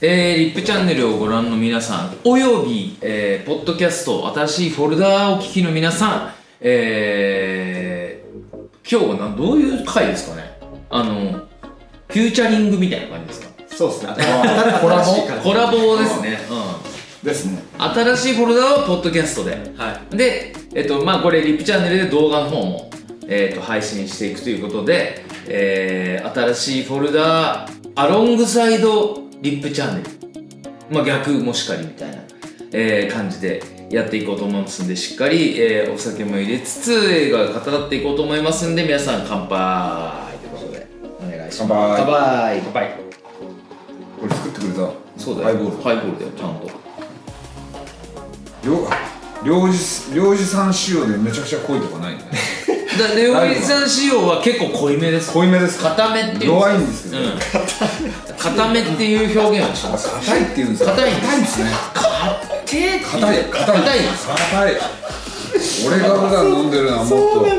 えー、リップチャンネルをご覧の皆さん、および、えー、ポッドキャスト、新しいフォルダーをお聞きの皆さん、えー、今日はなどういう回ですかねあの、フューチャリングみたいな感じですかそうですね。コラボ新しい感じコラボですね。うん。ですね新しいフォルダはポッドキャストで。はで、えっと、まあ、これ、リップチャンネルで動画の方も、えっと、配信していくということで、えー、新しいフォルダアロングサイドリップチャンネル。まあ、逆もしかりみたいな、えー、感じでやっていこうと思いますんで、しっかり、えー、お酒も入れつつ、映画語らっていこうと思いますんで、皆さん乾杯ということで、お願いします。乾杯乾杯乾杯。これ作ってくれたそうだよ。ハイボールハイボールだよ、ちゃんと。両漁師漁師さん仕様でめちゃくちゃ濃いとかない よねだネオリさん仕様は結構濃いめです濃いめですか固めっていう弱いんですけどうん、固めっていう表現をしてます硬いって言うんですか硬いんです硬いですね手硬い硬い硬いんです硬い俺が普段飲んでるのはもっとこれ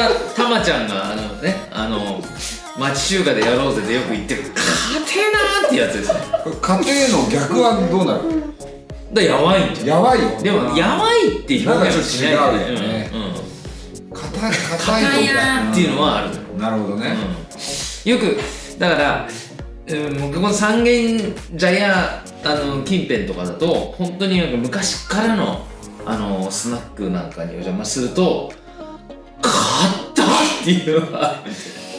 はたまちゃんがあのねあの町中華でやろうぜでよく言ってる勝てなーってやつですねだか家庭の逆はどうなるらやばいんじゃんやばいよでもやばいって表現はしないなんかちょっと違うよねうんうん硬い硬い硬いなーっていうのはある、なるほどね、よくだから、うん、僕も三軒茶屋あの近辺とかだと本当になんか昔からのあのスナックなんかにお邪魔すると「買った!」っていうのは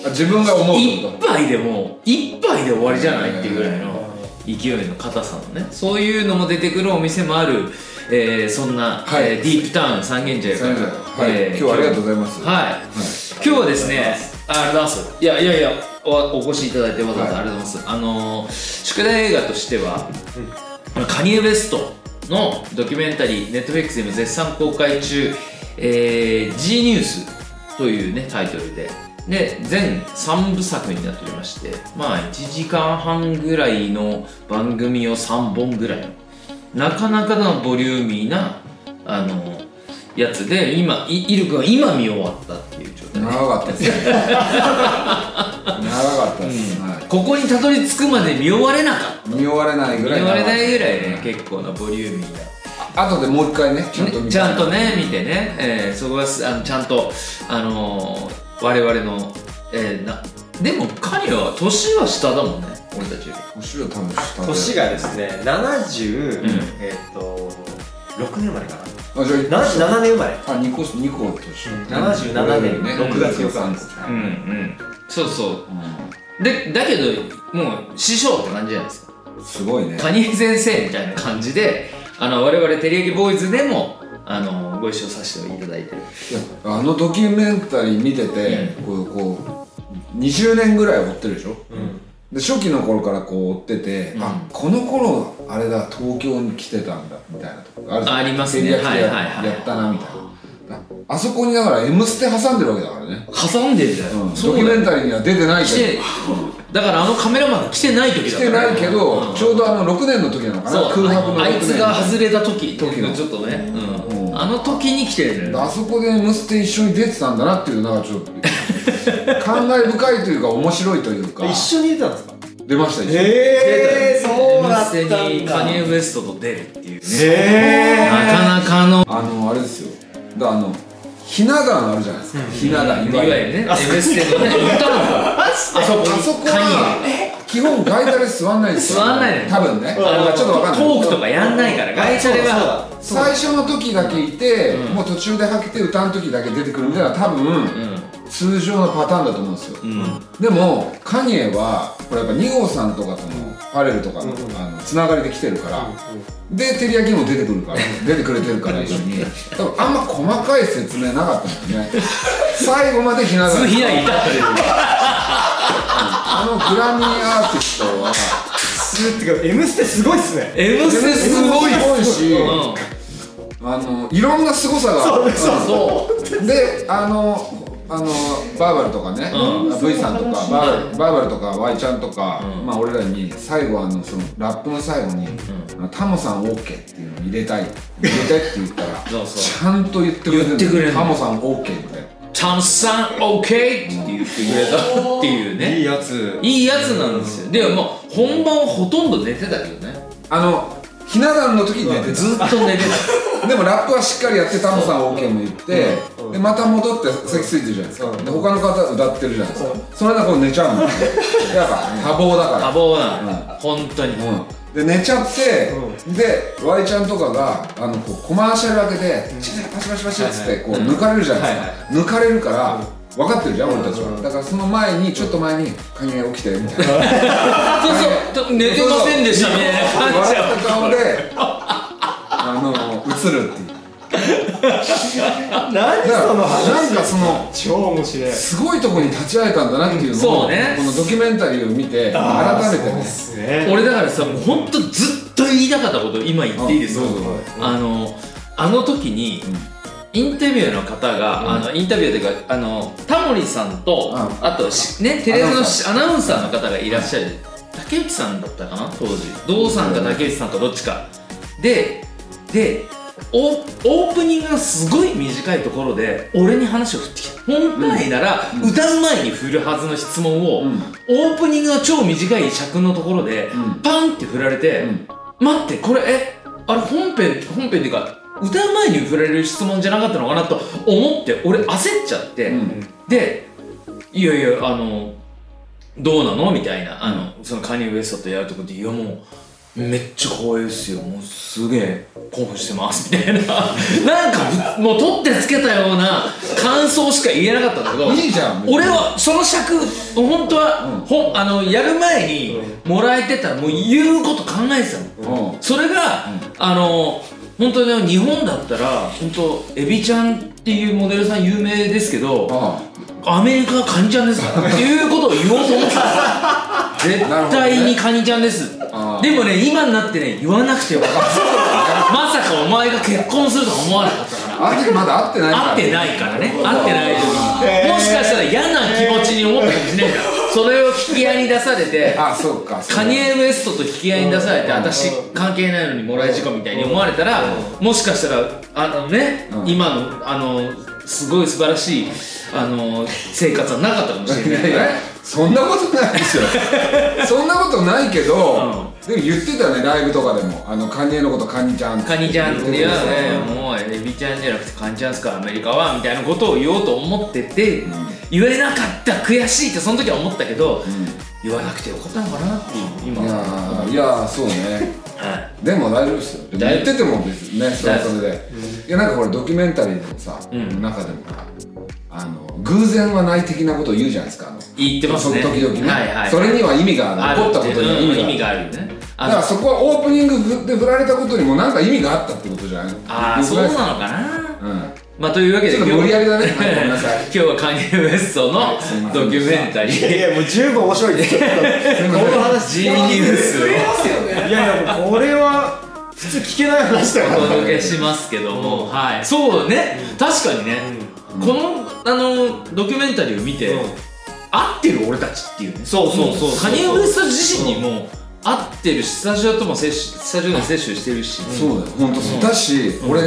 あ自分が思うってこ一杯でも一杯で終わりじゃないっていうぐらいの勢いの硬さのねそういうのも出てくるお店もある、えーそんな、はいえーディープタウン三軒茶屋とから、はい、えー今日はありがとうございますはい、今日はですね、ありがとうございます。いやいやいや、おお越しいただいてわざわざありがとうございます。あのー宿題映画としては、カニエ・ウェストのドキュメンタリー、ネットフェックスでも絶賛公開中、えー、G ニュースというね、タイトルで、で、全3部作になっておりまして、まあ、1時間半ぐらいの番組を3本ぐらいの、なかなかのボリューミーな、あのやつで、今、いイル君は今見終わったっていう状態。長かったですね長かったです、はいここにたどり着くまで見終われなかった見終われないぐ見らい終われないぐらい長ねかった結構なボリューミーなあとでもう一回ねちゃんとね見たちゃんとね見てね、えーそこはすあのちゃんと、あのー我々の、えーなでも彼は年は下だもんね俺たちよ年は多分下で年がですね、70、うんえっと、6年生まれかな。あじゃあな7年生まれ。あ二個二個年77年6月4日です。りうんうんそうそうでだけどもう師匠って感じじゃないですかうんすごいね蟹江先生みたいな感じであの我々照り焼きボーイズでもあのご一緒させていただいてるいやあのドキュメンタリー見てて、こうこう20年ぐらい追ってるでしょうん。で初期の頃からこう追ってて、うんあこの頃あれだ東京に来てたんだみたいなとこあるじゃんありますねテレビやってはいはいはいやったなみたいなああそこにだから「M ステ」挟んでるわけだからね、挟んでるじゃん、うんドキュメンタリーには出てない来けてどだからあのカメラマンが来てない時来だてないけど、うんちょうどあの6年の時なのかそなう空白のあ6い年つが外れた時時のちょっとね、うんうんあの時に来てるのよあそこで「M ステ」一緒に出てたんだなっていうのがちょっと 感慨深いというか面白いというか一緒に出たんですか出ました一緒にえー、そうだったんだ。にカニエ・ウエストと出るっていうねえなかなかのあのあれですよだからあのひな壇あるじゃないですか、ひな壇いわゆるね M ステのね歌もあそこあそこは基本外タレ座んないですよ座んないの多分ねうんあのちょっとわかんないトークとかやんないからガイチャレは最初の時だけいて、もう途中ではけて歌の時だけ出てくるみたいな多分、通常のパターンだと思うんですよ、うん、うんでもカニエはこれやっぱ2号さんとかとのパレルとかの,、うんあのつながりで来てるから、で照り焼きも出てくるから出てくれてるから一緒に多分あんま細かい説明なかったんだよね最後までひな壇普通ひなにいたってるあのグラミーアーティストはすってか、M ステすごいっすね。 M ステすごいよし、うんあのいろんな凄さがそうそううんそであのあのバーバルとかね、う V さんとかバーバルバーバルとか Y ちゃんとか、まあ俺らに最後あのそのラップの最後に、あのタモさん OK っていうのを入れたい入れたいって言ったらそうそうちゃんと言ってくれて言ってくれるタモさん OK って炭酸 OK! って言ってくれたっていういいねやついいやつなんですよでももう本番ほとんど寝てたけどねあのひな壇の時に寝てずっと寝てたでもラップはしっかりやってタモさん OK も言ってうんでまた戻って席ついてるじゃないですかうんで他の方歌ってるじゃないですかそれだと寝ちゃうんですよやっぱ多忙だたか多忙なの本当にらうんで寝ちゃってで Y ちゃんとかがあのこうコマーシャル開けて「チーパシパシパシ」っつってこう抜かれるじゃないですか抜かれるから分かってるじゃん俺たちはだからその前にちょっと前に「カニが起きて」みたいなそうそう寝てませんでしたみたいな感じ笑った顔であの映るっていうだから何そのなん話かその超面白いすごいとこに立ち会えたんだなっていうのそをうねこのドキュメンタリーを見て改めてねすね俺だからさもう本当ずっと言いたかったこと今言っていいですかうんどうぞあのあの時に、インタビューの方が、あのインタビューというかあのタモリさんと、うあとしねテレビのしアナウンサーの方がいらっしゃる竹内さんだったかな当時堂さんか竹内さんかどっちかででオーオープニングがすごい短いところで俺に話を振ってきた本来なら、歌う前に振るはずの質問を、うんオープニングの超短い尺のところで、うんパンって振られて、うん待ってこれえあれ本編本編っていうか歌う前に振られる質問じゃなかったのかなと思って俺焦っちゃって、うんでいやいやあのどうなのみたいなあのそのカニエウエストとやるとこでいやもうめっちゃ光栄ですよもうすげえ興奮してますみたいな なんかぶもう取ってつけたような感想しか言えなかったんだけどいいじゃん俺はその尺本当は、ほんあのやる前にもらえてたらもう言うこと考えてたの、うんそれが、あの本当に日本だったら本当エビちゃんっていうモデルさん有名ですけどあアメリカはカニちゃんですから っていうことを言おうと思ってた絶なるほど対にねカニちゃんですあーでもね今になってね言わなくてよかったまさかお前が結婚するとは思わなかったからああの時まだ会ってないから合ってないからね合ってない時にへーもしかしたら嫌な気持ちに思ったかもしれないからそれを引き合いに出されてあそうかそうカニエ・ウエストと引き合いに出されてうん私関係ないのにもらい事故みたいに思われたらもしかしたらあのねうん今のあのすごい素晴らしいあの生活はなかったかもしいれなやいいやそんなことない ですよそんなことないけど、でも言ってたねライブとかでもあのカニエのことカニちゃんカニちゃんっていう言のはてたよねもうエビちゃんじゃなくてカニちゃんすからアメリカはみたいなことを言おうと思ってて言えなかった悔しいってその時は思ったけど言わなくてよかったのかなっていう今いやーいやーそうねはいでも大丈夫ですよ大言ってても別にねそれはそれでいやなんかこれドキュメンタリーのさ、ん中でもあの偶然はない的なことを言うじゃないですかあの言ってますねそ時々ね、はいはいそれには意味がああるる起こったっこてとにはうん意意味味があるがあるよねだからあそこはオープニングで振られたことにも何か意味があったってことじゃないあーそうなののかなうんまあというわけでちょっと無 理やりだねはいごめんなさい今日はカニエ・ウエストのいすいませんドキュメンタリいや ーいやもう十分面白いですよこの話ジーニュースをいやいやもうこれは普通聞けない話だからお届けしますけども、はいそうね確かにね、このあのドキュメンタリーを見て、うん合ってる俺たちっていうねそうそうそうもカニエ・ウエスト自身にも合ってるしスタジオとも接種スタジオでも摂取してるし、そうだよ本当そうだし、俺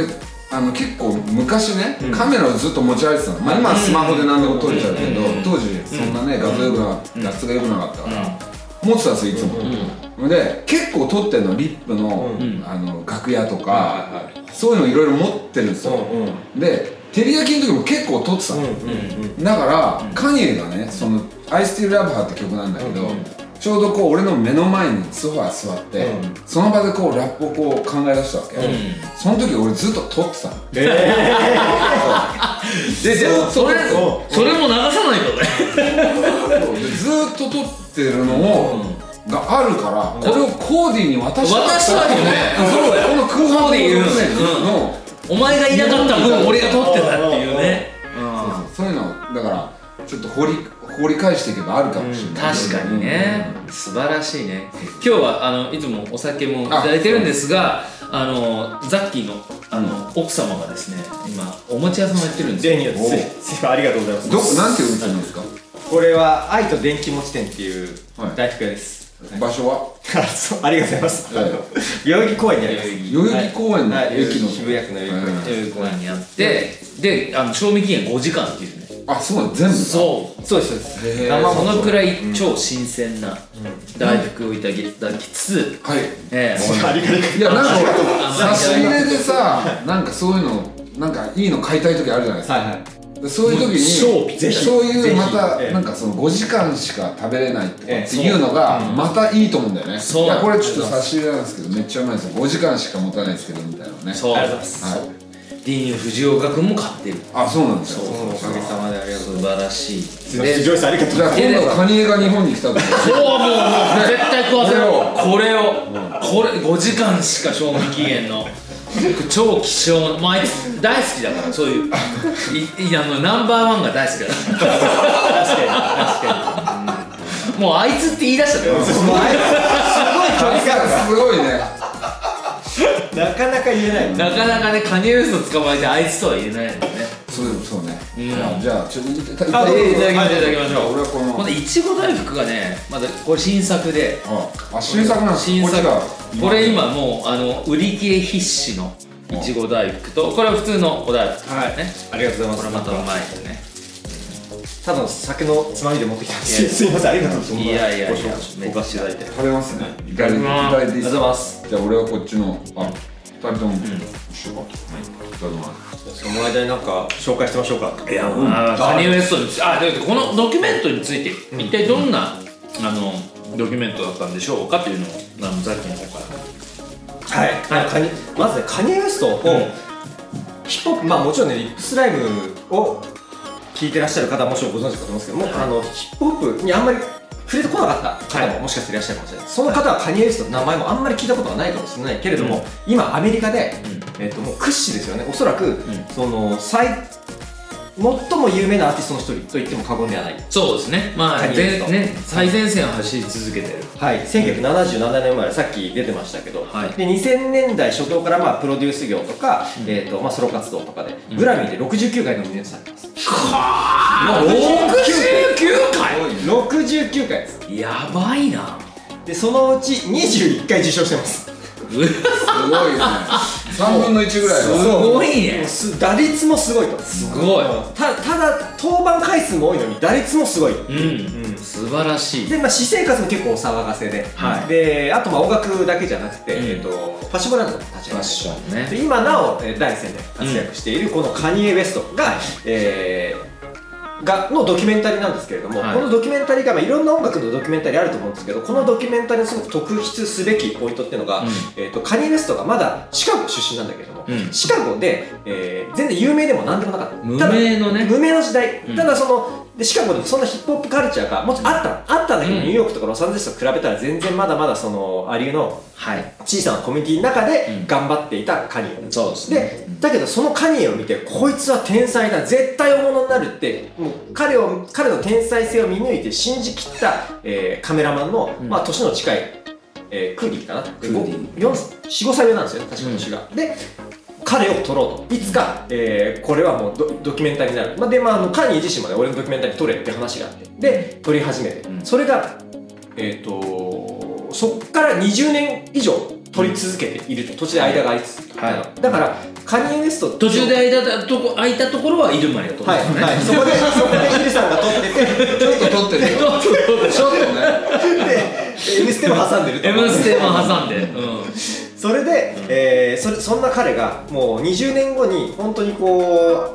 あの結構昔ね、カメラをずっと持ち歩いてたの、まあ、今はスマホで何でも撮れちゃうけど、当時そんなね、画像よくな画質が良くなかったから、持ってたんですよいつも、で結構撮ってんのリップの,、んあの楽屋とか、そういうのいろいろ持ってるんですよ、うんうんで照り焼きの時も結構撮ってたの、だから、カニエがねその「I Still Love Her」って曲なんだけど、ちょうどこう俺の目の前にソファー座って、うんその場でこうラップをこう考え出したわけ、その時俺ずっと撮ってたのえででもそれそそれも流さないとねそうでずーっと撮ってるのを、があるから、これをコーディに渡した渡したいよねそうだよこの空コ白ーのディうんの、お前がいなかった分俺が撮ってたっていうねそうそうそういうのをだからちょっと掘り掘り返していけばあるかもしれない、確かにね素晴らしいね今日はあのいつもお酒もいただいてるんですがあのザッキーのあの奥様がですね今お餅屋さんをやってるんですデよニーズすいませんありがとうございますどこなんていうお店なんですかこれは愛と電気持ち店っていうはい大福屋です、 場所はあそうありがとうございます、はい代々木公園にあります代々木公園のはい駅の渋谷区の代々木公園という公園にあってであの賞味期限5時間っていうねあそう全部そうそうですそうですへーまあそのくらい超新鮮な大福をいただきいただきつつ、はいええカリカリいやなんかあ俺差し入れでさなんかそういうのなんかいいの買いたい時あるじゃないですか、はいはいでそういう時もうにぜひそういうまぜたひなんかその5時間しか食べれないとかええっていうのがまたいいと思うんだよね、そういやこれちょっと差し入れなんですけどめっちゃうまいですよ5時間しか持たないですけどみたいなねそうありがとうございますはいディーン・藤岡君も買ってるあそうなんですよそうおかげさまでありがとう素晴らしいすいませんジョイさんありがとうじゃあ今度カニエが日本に来た時そうもうもう絶対食わせろこれをこれ5時間しか賞味期限の超希少なまああいつ大好きだからそう いういいあのナンバーワンが大好きだからもうあいつって言い出したからすごいねなかなか言えないなかなかねカニエウスを捕まえてあいつとは言えないもんねそうそうね、んじゃあちょっといただきあええいただきましょういただきましょう俺はこのこのいちご大福がねまだこれ新作であ新作なんです新作こっちがこれ今もうあの売り切れ必至のいちご大福とこれは普通のお大福はいねありがとうございまこすれまたうまいよねただの酒のつまみで持ってきたんですいやすいませんありがとうございますいやいやいやご紹介ご貸しいただいてありが食べますねいただきますだいていいとですうございかますじゃあ俺はこっちのあ二人とも一緒かはいいただきますその間になんか紹介してましょうかいやあーカニエウエストについてあでこのドキュメントについて一体どんな、あのドキュメントだったんでしょうかっていうのをあのザッキの方からはい、カニまずねカニエ・ウエストを、ヒップホップまあもちろんねリップスライムを聞いてらっしゃる方はもちろんご存知かと思うんですけども、あのヒップホップにあんまり触れてこなかった方ももしかしていらっしゃるかもしれない、その方はカニエ・ウエストの名前もあんまり聞いたことがないかもしれないけれども、今アメリカで、えっともう屈指ですよねおそらく、その最最も有名なアーティストの一人と言っても過言ではないそうですねまあカニエウエスぜトね最前線を走り続けてるはい、1977年生まれさっき出てましたけど、はいで2000年代初頭からまあプロデュース業とか、えーとまあ、ソロ活動とかで、グラミーで69回ノミネートされてます、 69回69回ですやばいなでそのうち21回受賞してますすごいね三分の一ぐらいすはごいねもうす打率もすごいとすごいたただ登板回数も多いのに打率もすごいうん、うん素晴らしいで、まあ、私生活も結構お騒がせで、はいであとまあ音楽だけじゃなくて、うんえー、とファッションブランドも立ち上げてョンねで今なおえー第一線で活躍しているこのカニエ・ウェストが、えーがのドキュメンタリーなんですけれども、はいこのドキュメンタリーが、まあ、いろんな音楽のドキュメンタリーあると思うんですけどこのドキュメンタリーのすごく特筆すべきポイントっていうのが、うんえー、とカニエ・ウェストがまだシカゴ出身なんだけれども、うんシカゴで、えー全然有名でもなんでもなかった無ただ名のね無名の時代、うんただそのでシカゴでもそんなヒップホップカルチャーがもちろんあったあったんだけど、うんニューヨークとかロサンゼルスと比べたら全然まだまだそのアリューのはい小さなコミュニティの中でうん頑張っていたカニエ、そうですでだけどそのカニエを見てこいつは天才だ絶対大物になるってもう彼を彼の天才性を見抜いて信じきった、えーカメラマンの、うんまあ、年の近い、えークーディーかなクーディ45歳上なんですよね確か年が、で彼を撮ろうといつか、えーこれはもうドドキュメンタリーになる、まあ、で、まああの、カニエ自身もね俺のドキュメンタリー撮れって話があってで撮り始めて、うんそれがえっ、とそっから20年以上撮り続けていると途中で間が空いつつ、はいだからカニエ・ウエスト途中で間だとこ空いたところはイルマリだと思はい、うんですよね、はい、そこでそこでヒデさんが撮っててちょっと撮ってるよちょっとねで「M ステ」も挟んでると M ステも挟んで、うそれで、えーそれそんな彼がもう20年後に本当にこう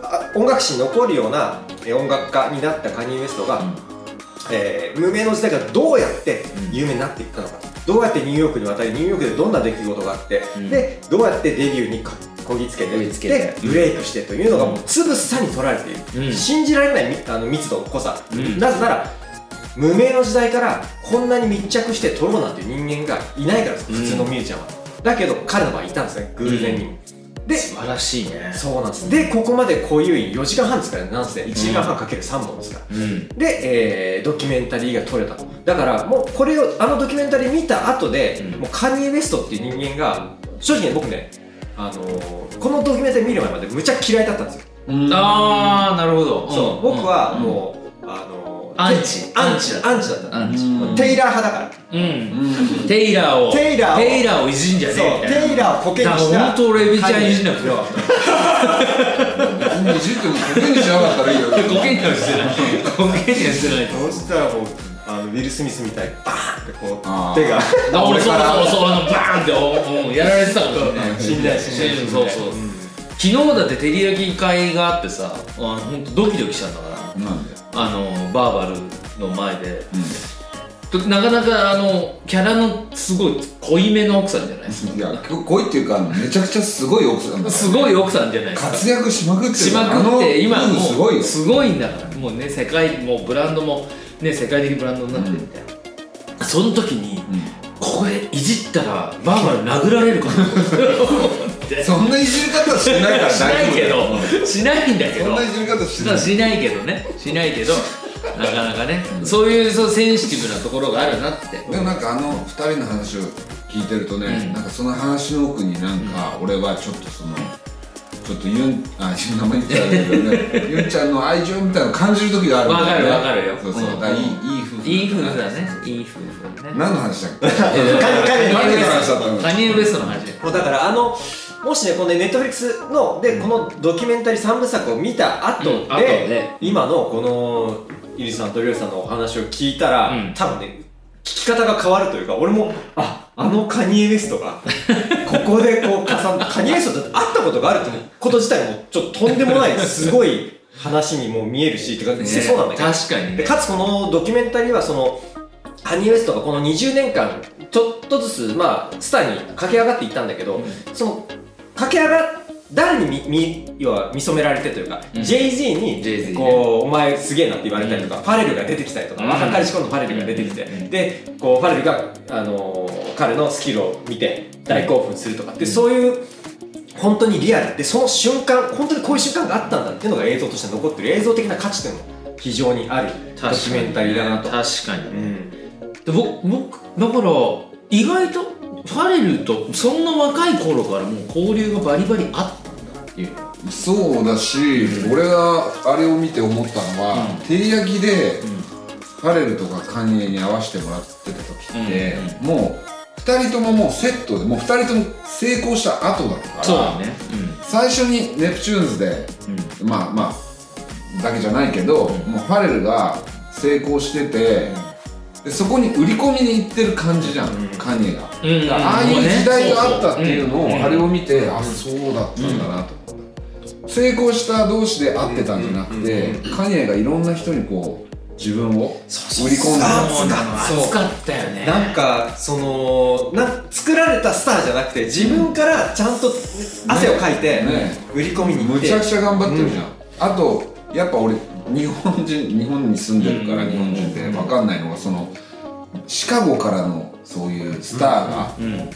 あ音楽史に残るようなえー音楽家になったカニエ・ウエストが、んえー無名の時代からどうやってうん有名になっていったのか、どうやってニューヨークに渡りニューヨークでどんな出来事があって、うんでどうやってデビューにここぎつけてこぎつけてでブレイクしてというのがもうつぶさに取られている、うん信じられないみあの密度の濃さ、うんなぜなら無名の時代からこんなに密着して撮ろうなんて人間がいないからです普通のミュージシャンは、だけど彼の場合いたんですね偶然にも、でん、素晴らしいねそうなんですでここまで固有員4時間半ですからねなんせ1時間半かける3本ですから、うんで、えードキュメンタリーが撮れたとだからもうこれをあのドキュメンタリー見た後で、うんもうカニエ・ウェストっていう人間が正直ね僕ね、あのーこのドキュメンタリー見る前までむちゃ嫌いだったんですよ、ああなるほどそう僕はうもう、あのーアンチアンチだアンチだったアンチうんテイラー派だからうんうんテイラーをテイラーをテイラーをいじんじゃそうねえみたいなテイラーをポケにだからした本当俺エビちゃんいじんなくてよかっ別にいじってもコケにしなかったらいいよコケにはしてないコケにはしてないとそうしたらもうあのウィル・スミスみたいにバーンってこあーう手がだから俺そ俺もからそもそうあのバーンっておおやられてたかもしれない死んだよ死んだよ死んだよそうそうん昨日だって照り焼き会があってさあの本当ドキドキしちゃったからなんであのバーバルの前でうとなかなかあのキャラのすごい濃いめの奥さんじゃないですかんいやこいっていうかめちゃくちゃすごい奥さんだからすごい奥さんじゃないですか活躍しまくってるしまくって今あのもう部分すごいよすごいんだからもうね世界もうブランドもね世界的ブランドになってるみたいな、その時に、ここでいじったらバーバル殴られる かなと思ってそんないじり方しないから大しないけどしないんだけそんどないじり方してまなあいしないけどねしない けどなかなかね、そういうそうセンシティブなところがあるなってでもなんかあの2人の話を聞いてるとね、うんなんかその話の奥になんか俺はちょっとそのちょっとユンあ名前言っちゃうんだけど ねユンちゃんの愛情みたいなの感じる時があるんだねわかるわかるよそうそう、うんだからいいいい夫婦いい夫婦だねいい夫婦だね何の話だっけカニカニカニの話だったのカニエウエストの話もうだからあのもしねこのネットフリックスのでこのドキュメンタリー3部作を見た後で,、うん後で今のこのゆりさんとりょうさんのお話を聞いたら、うん多分ね聞き方が変わるというか俺もああのカニエ・ウェスト がここでこう重なカニエ・ウェストだって会ったことがあるってこと自体もちょっととんでもないすごい話にも見えるしってか、ねそうなんだけど確かにでねかつこのドキュメンタリーはそのハニー・ウエストがこの20年間ちょっとずつ、まあ、スターに駆け上がっていったんだけど、うんその駆け上が誰にみみ要は見初められてというか、うん JZ に JZ ねこう、お前すげえなって言われたりとか、ファレルが出てきたりとか、うん若かりし頃のファレルが出てきて、うんでこうファレルが、あのー彼のスキルを見て大興奮するとかって、そういう本当にリアルでその瞬間本当にこういう瞬間があったんだっていうのが映像として残ってる映像的な価値っていうのも非常にある確ドかにキュメンタリーだなと、確かにうん、で僕僕だから意外とファレルとそんな若い頃からもう交流がバリバリあったんだっていうそうだし、俺があれを見て思ったのは、うん照り焼きで、んファレルとかカニエに合わせてもらってた時って、うもう2人とももうセットでもう2人とも成功した後だったからそうだね最初にネプチューンズでうんうんまあまあだけじゃないけど、もうファレルが成功してて、でそこに売り込みに行ってる感じじゃん、カニエが、うんうんああいう時代があったっていうのを、んんあれを見て、あそうだったんだなと思った、成功した同士で会ってたんじゃなくて、カニエがいろんな人にこう自分を売り込んだそうなそうの熱かったよねなんかそのな作られたスターじゃなくて自分からちゃんと汗をかいてね売り込みに行っむて、ちゃくちゃ頑張ってるじゃん、あとやっぱ俺日本人日本に住んでるからうん日本人で分かんないのがそのシカゴからのそういうスターが、うん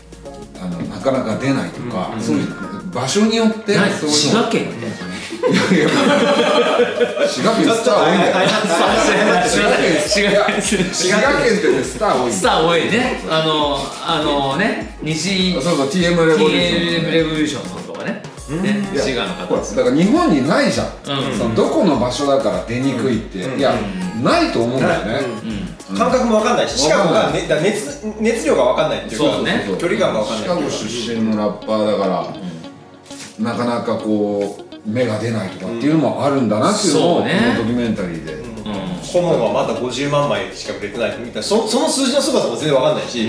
あのなかなか出ないとか、そういう場所によって何そういう滋の賀県みたいいやいや滋賀県スター多いんだよ滋賀県滋賀県いや滋賀県ってねスター多いんスだタよー多いねあのあのね西そうそう TM レボリューション、 TM レボリューションさんとかねねいや滋賀の方ほらだから日本にないじゃん、うんそのどこの場所だから出にくいって、いや、ないと思うんだよね、うん感覚もわかんないししかもわかんが、なね、だ熱熱量がわかんないっていうかそうねそう距離感がわかんないシカゴ出身のラッパーだから、なかなかこう芽が出ないとかっていうのもあるんだなっていうのを、そうねこのドキュメンタリーで、うん顧問はまだ50万枚しか売れてないみたいなそその数字の凄さも全然わかんないし、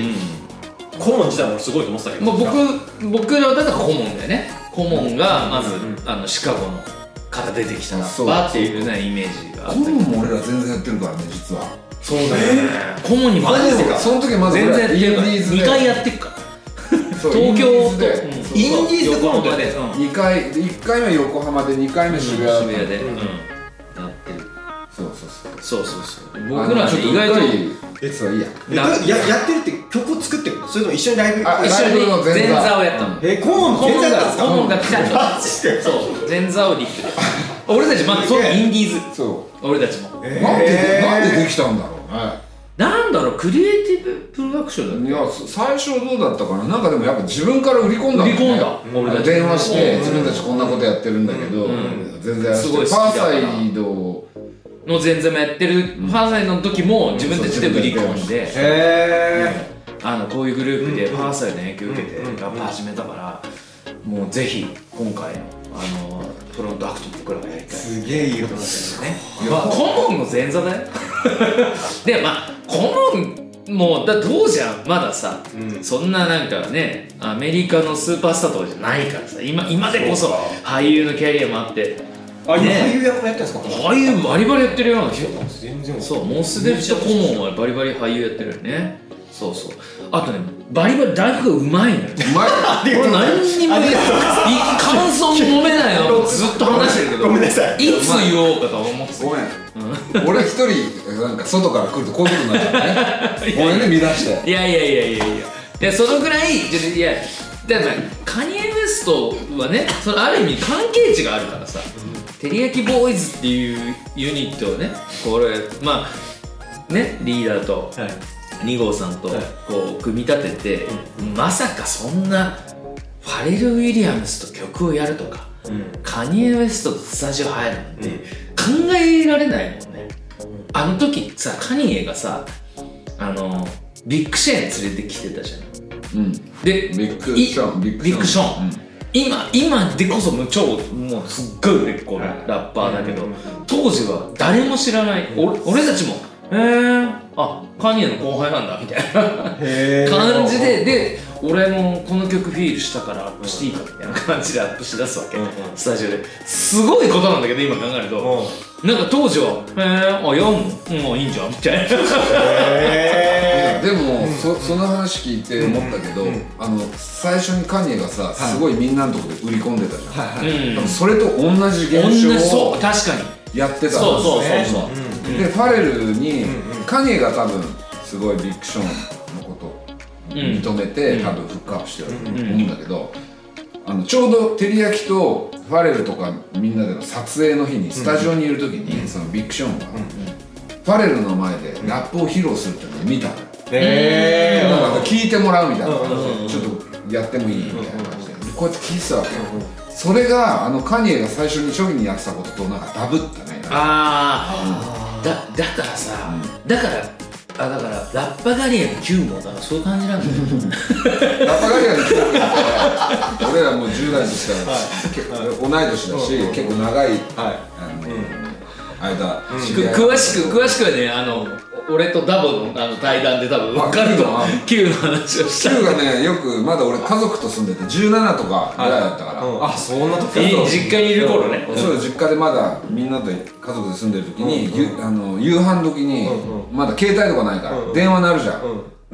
顧問自体もすごいと思ってたけど、まあ、僕僕らだったら顧問だよね顧問がまず、あのシカゴの方出てきたなそうバーっていうようなイメージがあっ顧たけ問ども俺ら全然やってるからね実はそうだよね顧問にもマジでかその時まず全俺然やらってインるデからィーズで2回やってるからそう東インディー京ズとでうんインディーズで横浜で、うん2回1回目横浜で2回目渋谷渋谷で、そううんやってるそうそうそうそうそう僕らあのちょっねと意外とえそういいやえどうややってるって曲を作ってるのそれとも一緒にライブ行あく一緒に前座をやったのえ顧問顧全問然やっがたんです顧か問が来たんだ マジでそう前座をできてる俺たちまずそうインディーズそ俺たちもうなんででなんでできたんだろうねなんだろうクリエイティブプロダクションだねいやそ最初どうだったかななんかでもやっぱ自分から売り込んだんだよね売り込んだうん俺たち電話して自分たちこんなことやってるんだけど、全然やらせすてごい好きだパーからサイドをの前座もやってる、ファーサイドの時も自分たちで売り込んで、へあのこういうグループでファーサイドの影響受けてラップ始めたから、もうぜひ今回のあのフロントアクト僕らがやりたいすげえいいことなんだよねまあ、コモンの前座だよ でまあコモンもだ当時はまださ、うんそんななんかねアメリカのスーパースターとかじゃないからさ今今でこそそうか俳優のキャリアもあってあ今ね俳優役もやってるんですか俳優バリバリやってるような気が全然そうモスデフとコモンはバリバリ俳優やってるよねそうそうあとねバリバリ大学うまいのようまい俺何にもい感想も飲めないのずっと話してるけどごめんなさい いつ言おうかと思ってたごめん俺一人なんか外から来るとこういうことになっちゃうね ごめんね見出していやいやいやいやいやいやそのぐらいちょっといやだからカニエ・ウエストはねそのある意味関係値があるからさ、テリヤキボーイズっていうユニットをねこれまあねリーダーとはい2号さんとはいこう組み立てて、まさかそんなファレル・ウィリアムスと曲をやるとか、カニエ・ウエストとスタジオ入るなんて考えられないもんね、あの時さカニエがさあのビッグシェーン連れてきてたじゃんうんでビッグショーンいビッグショーンビッグショーン今今でこそもう超もうすっごい売れっ子のラッパーだけど、うんうんうん当時は誰も知らない、俺俺たちもえー、あカニエの後輩なんだみたいなへえ感じでで俺もこの曲フィールしたからアップしていいかみたいな感じでアップしだすわけ、うんうんスタジオですごいことなんだけど今考えると、なんか当時は「えー、あやんのうんいいんじゃん」みたいなへでも、そその話聞いて思ったけど、あの最初にカニエがさすごいみんなのとこで売り込んでたじゃん、はうん多分それと同じ同じ現象そをう確かにやってたんですそうそうそうねそう、でファレルに、カニエが多分すごいビッグショーンのことを認めて、多分フックアップしてると思うんだけど、あのちょうど照り焼きとファレルとかみんなでの撮影の日にスタジオにいる時に、そのビッグショーンが、ファレルの前でラップを披露するっていうのを見たのよ、いへえなんか聞いてもらうみたいな感うんうんじでちょっとやってもいいみたいな感じでこうやって聞いてたわけよ、それがあのカニエが最初に初期にやってたこととなんかダブったねああだだからさ、だからあだからラッパガリアの9もだからそういう感じなんだよラッパガリアに来てるから俺らもう10代にしたらけ同い年だしうんうん結構長いはあの間知くり合い詳しく詳しくはねあの俺とダボのあの対談で多分分かるとあ Q の話をした9がねよくまだ俺家族と住んでて17とかぐらいだったから、うんあそんな時いいだった実家にいる頃ねそう実家でまだみんなと家族で住んでる時に、ゆあの夕飯時に、うんまだ携帯とかないから、うんうん電話鳴るじゃ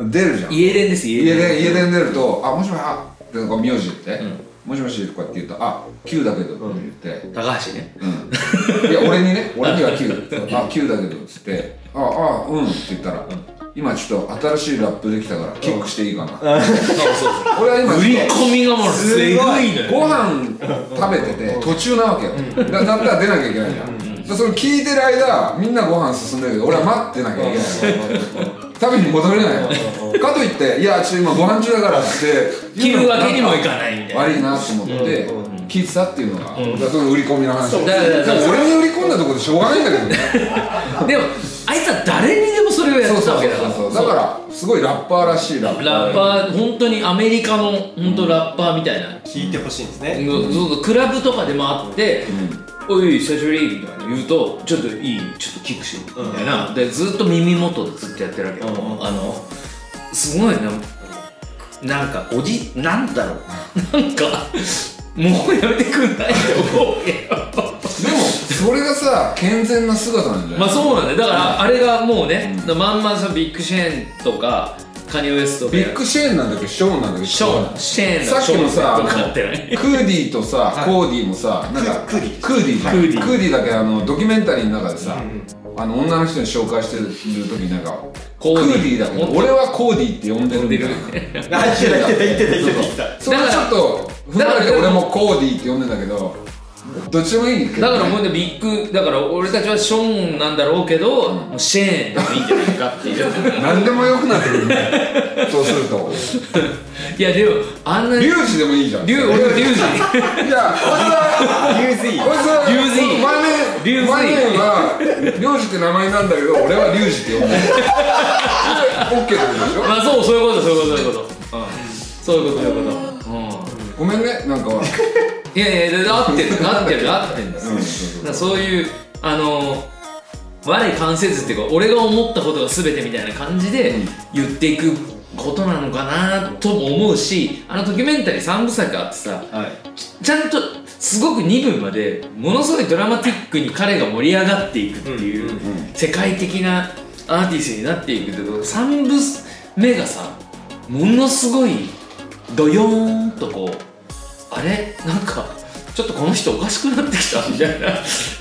ん、出るじゃん家家電です家電で家電出ると「あもしもしあっ」とか名字言って、もしもし」とかって言うと「あ9だけど」って言って、高橋ねうん、いや俺にね 俺には9あ9だけどっつって「ああうん」って言ったら、今ちょっと新しいラップできたからキックしていいかな、そうそうそう俺は今売ちりょっと込みがもうすごいのよご飯食べてて途中なわけよだだったら出なきゃいけないじゃんでそれ聞いてる間みんなご飯進んでるけど俺は待ってなきゃいけない食べに戻れないのかといって「いやちょっと今ご飯中だから」って切るわけにもいなかないみたいな悪いなと思って聞いてたっていうのが、だからその売り込みの話だからだからでも俺に売り込んだところでしょうがないんだけどねでもあいつは誰にでもそれをやそうってたそうわけそうだからそうだからすごいラッパーらしいラッパーラッパー本当にアメリカの本当ラッパーみたいな聞いてほしいんですねそうそうクラブとかでもあって「おい久しぶり」みたいな言うと「ちょっといいちょっとキックしよう」みたいな、でずっと耳元でずっとやってるわけよ、うんあのすごいねなんかおじなんだろうなんかもうやめてくんないって思うけどでもそれがさ健全な姿なんじゃないまあそうなんだよだからあれがもうね、まんまさビッグシェーンとかカニエウエストとかビッグシェーンなんだっけショーンなんだっけショーンシェーンさっきもさあとのかっクてないーディーとさコーディーもさなんかクーディークーディーじゃんクーディークーディーだけあのドキュメンタリーの中でさあの女の人に紹介してる時になんかクコーーディーディーだけど俺はコーディーって呼んでるみたい呼んでなあ言ってた言ってた言ってた言ってた言ってそれちょっと踏まれて俺もコーディーって呼んでんだけどどっちでもいいけどねだからもうねビッグだから俺たちはショーンなんだろうけど、もうシェーンでもいいんじゃ ないかっていう何でもよくなってくるねそうする といやでもあんなリにュウジでもいいじゃんリュウ俺のリュウジ いやこいつはた UZ こいつはリュウジリュウジ前面はリョウジって名前なんだけど俺はリュウジって呼んでるオッケーってことでしょまあそうそういうことそういうことそういうこと、うん、そういうことそういうこと、うんごめんねなんかいやいやだ合ってる合ってる合ってるんですうんだからそういうあの我関せずっていうか俺が思ったことが全てみたいな感じで言っていくことなのかなとも思うしあのドキュメンタリー3部作あってさはいちゃんとすごく2部までものすごいドラマティックに彼が盛り上がっていくっていう、うんうん世界的なアーティストになっていくけど3部目がさものすごいドヨーンとこうあれなんかちょっとこの人おかしくなってきたみたいな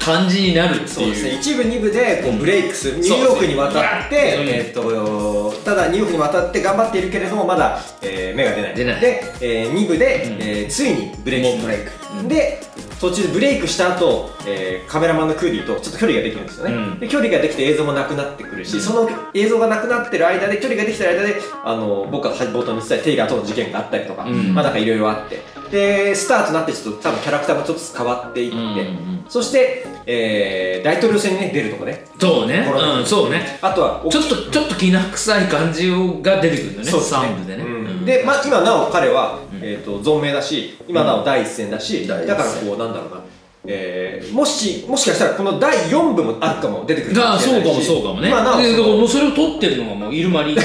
感じになるってそういですねう。一部二部でこうブレイクする、ニューヨークに渡って、うんえーっとただニューヨークに渡って頑張っているけれどもまだ、えー芽が出ない出ないで、えー、2部で、うんえーついにブレイクもうブレイクうんで途中でブレイクした後、えーカメラマンのクーリーとちょっと距離ができるんですよね、うんで距離ができて映像もなくなってくるうし、んその映像がなくなってる間で距離ができてる間であの僕が冒頭に伝えたテイラーとの事件があったりとか、うんまあなんかいろいろあってでスターとなってちょっと多分キャラクターもちょっとずつ変わっていって、うんうんそして、えー大統領選に、ね、出るとかね、そうねこれ、うん、そうね。あとは、ちょっと、ちょっと気な臭い感じが出てくるんだよね、そうですね3部でね。うんうんで、まあ、今なお彼は、んえー、と存命だし、今なお第一線だし、第一線だからこう、なんだろうな、えーもし、もしかしたらこの第4部もあるかも出てくるだからしそうれなかいもしそうかもね。今なおでだからそものうそれを撮ってるのがもうイルマリ。 カ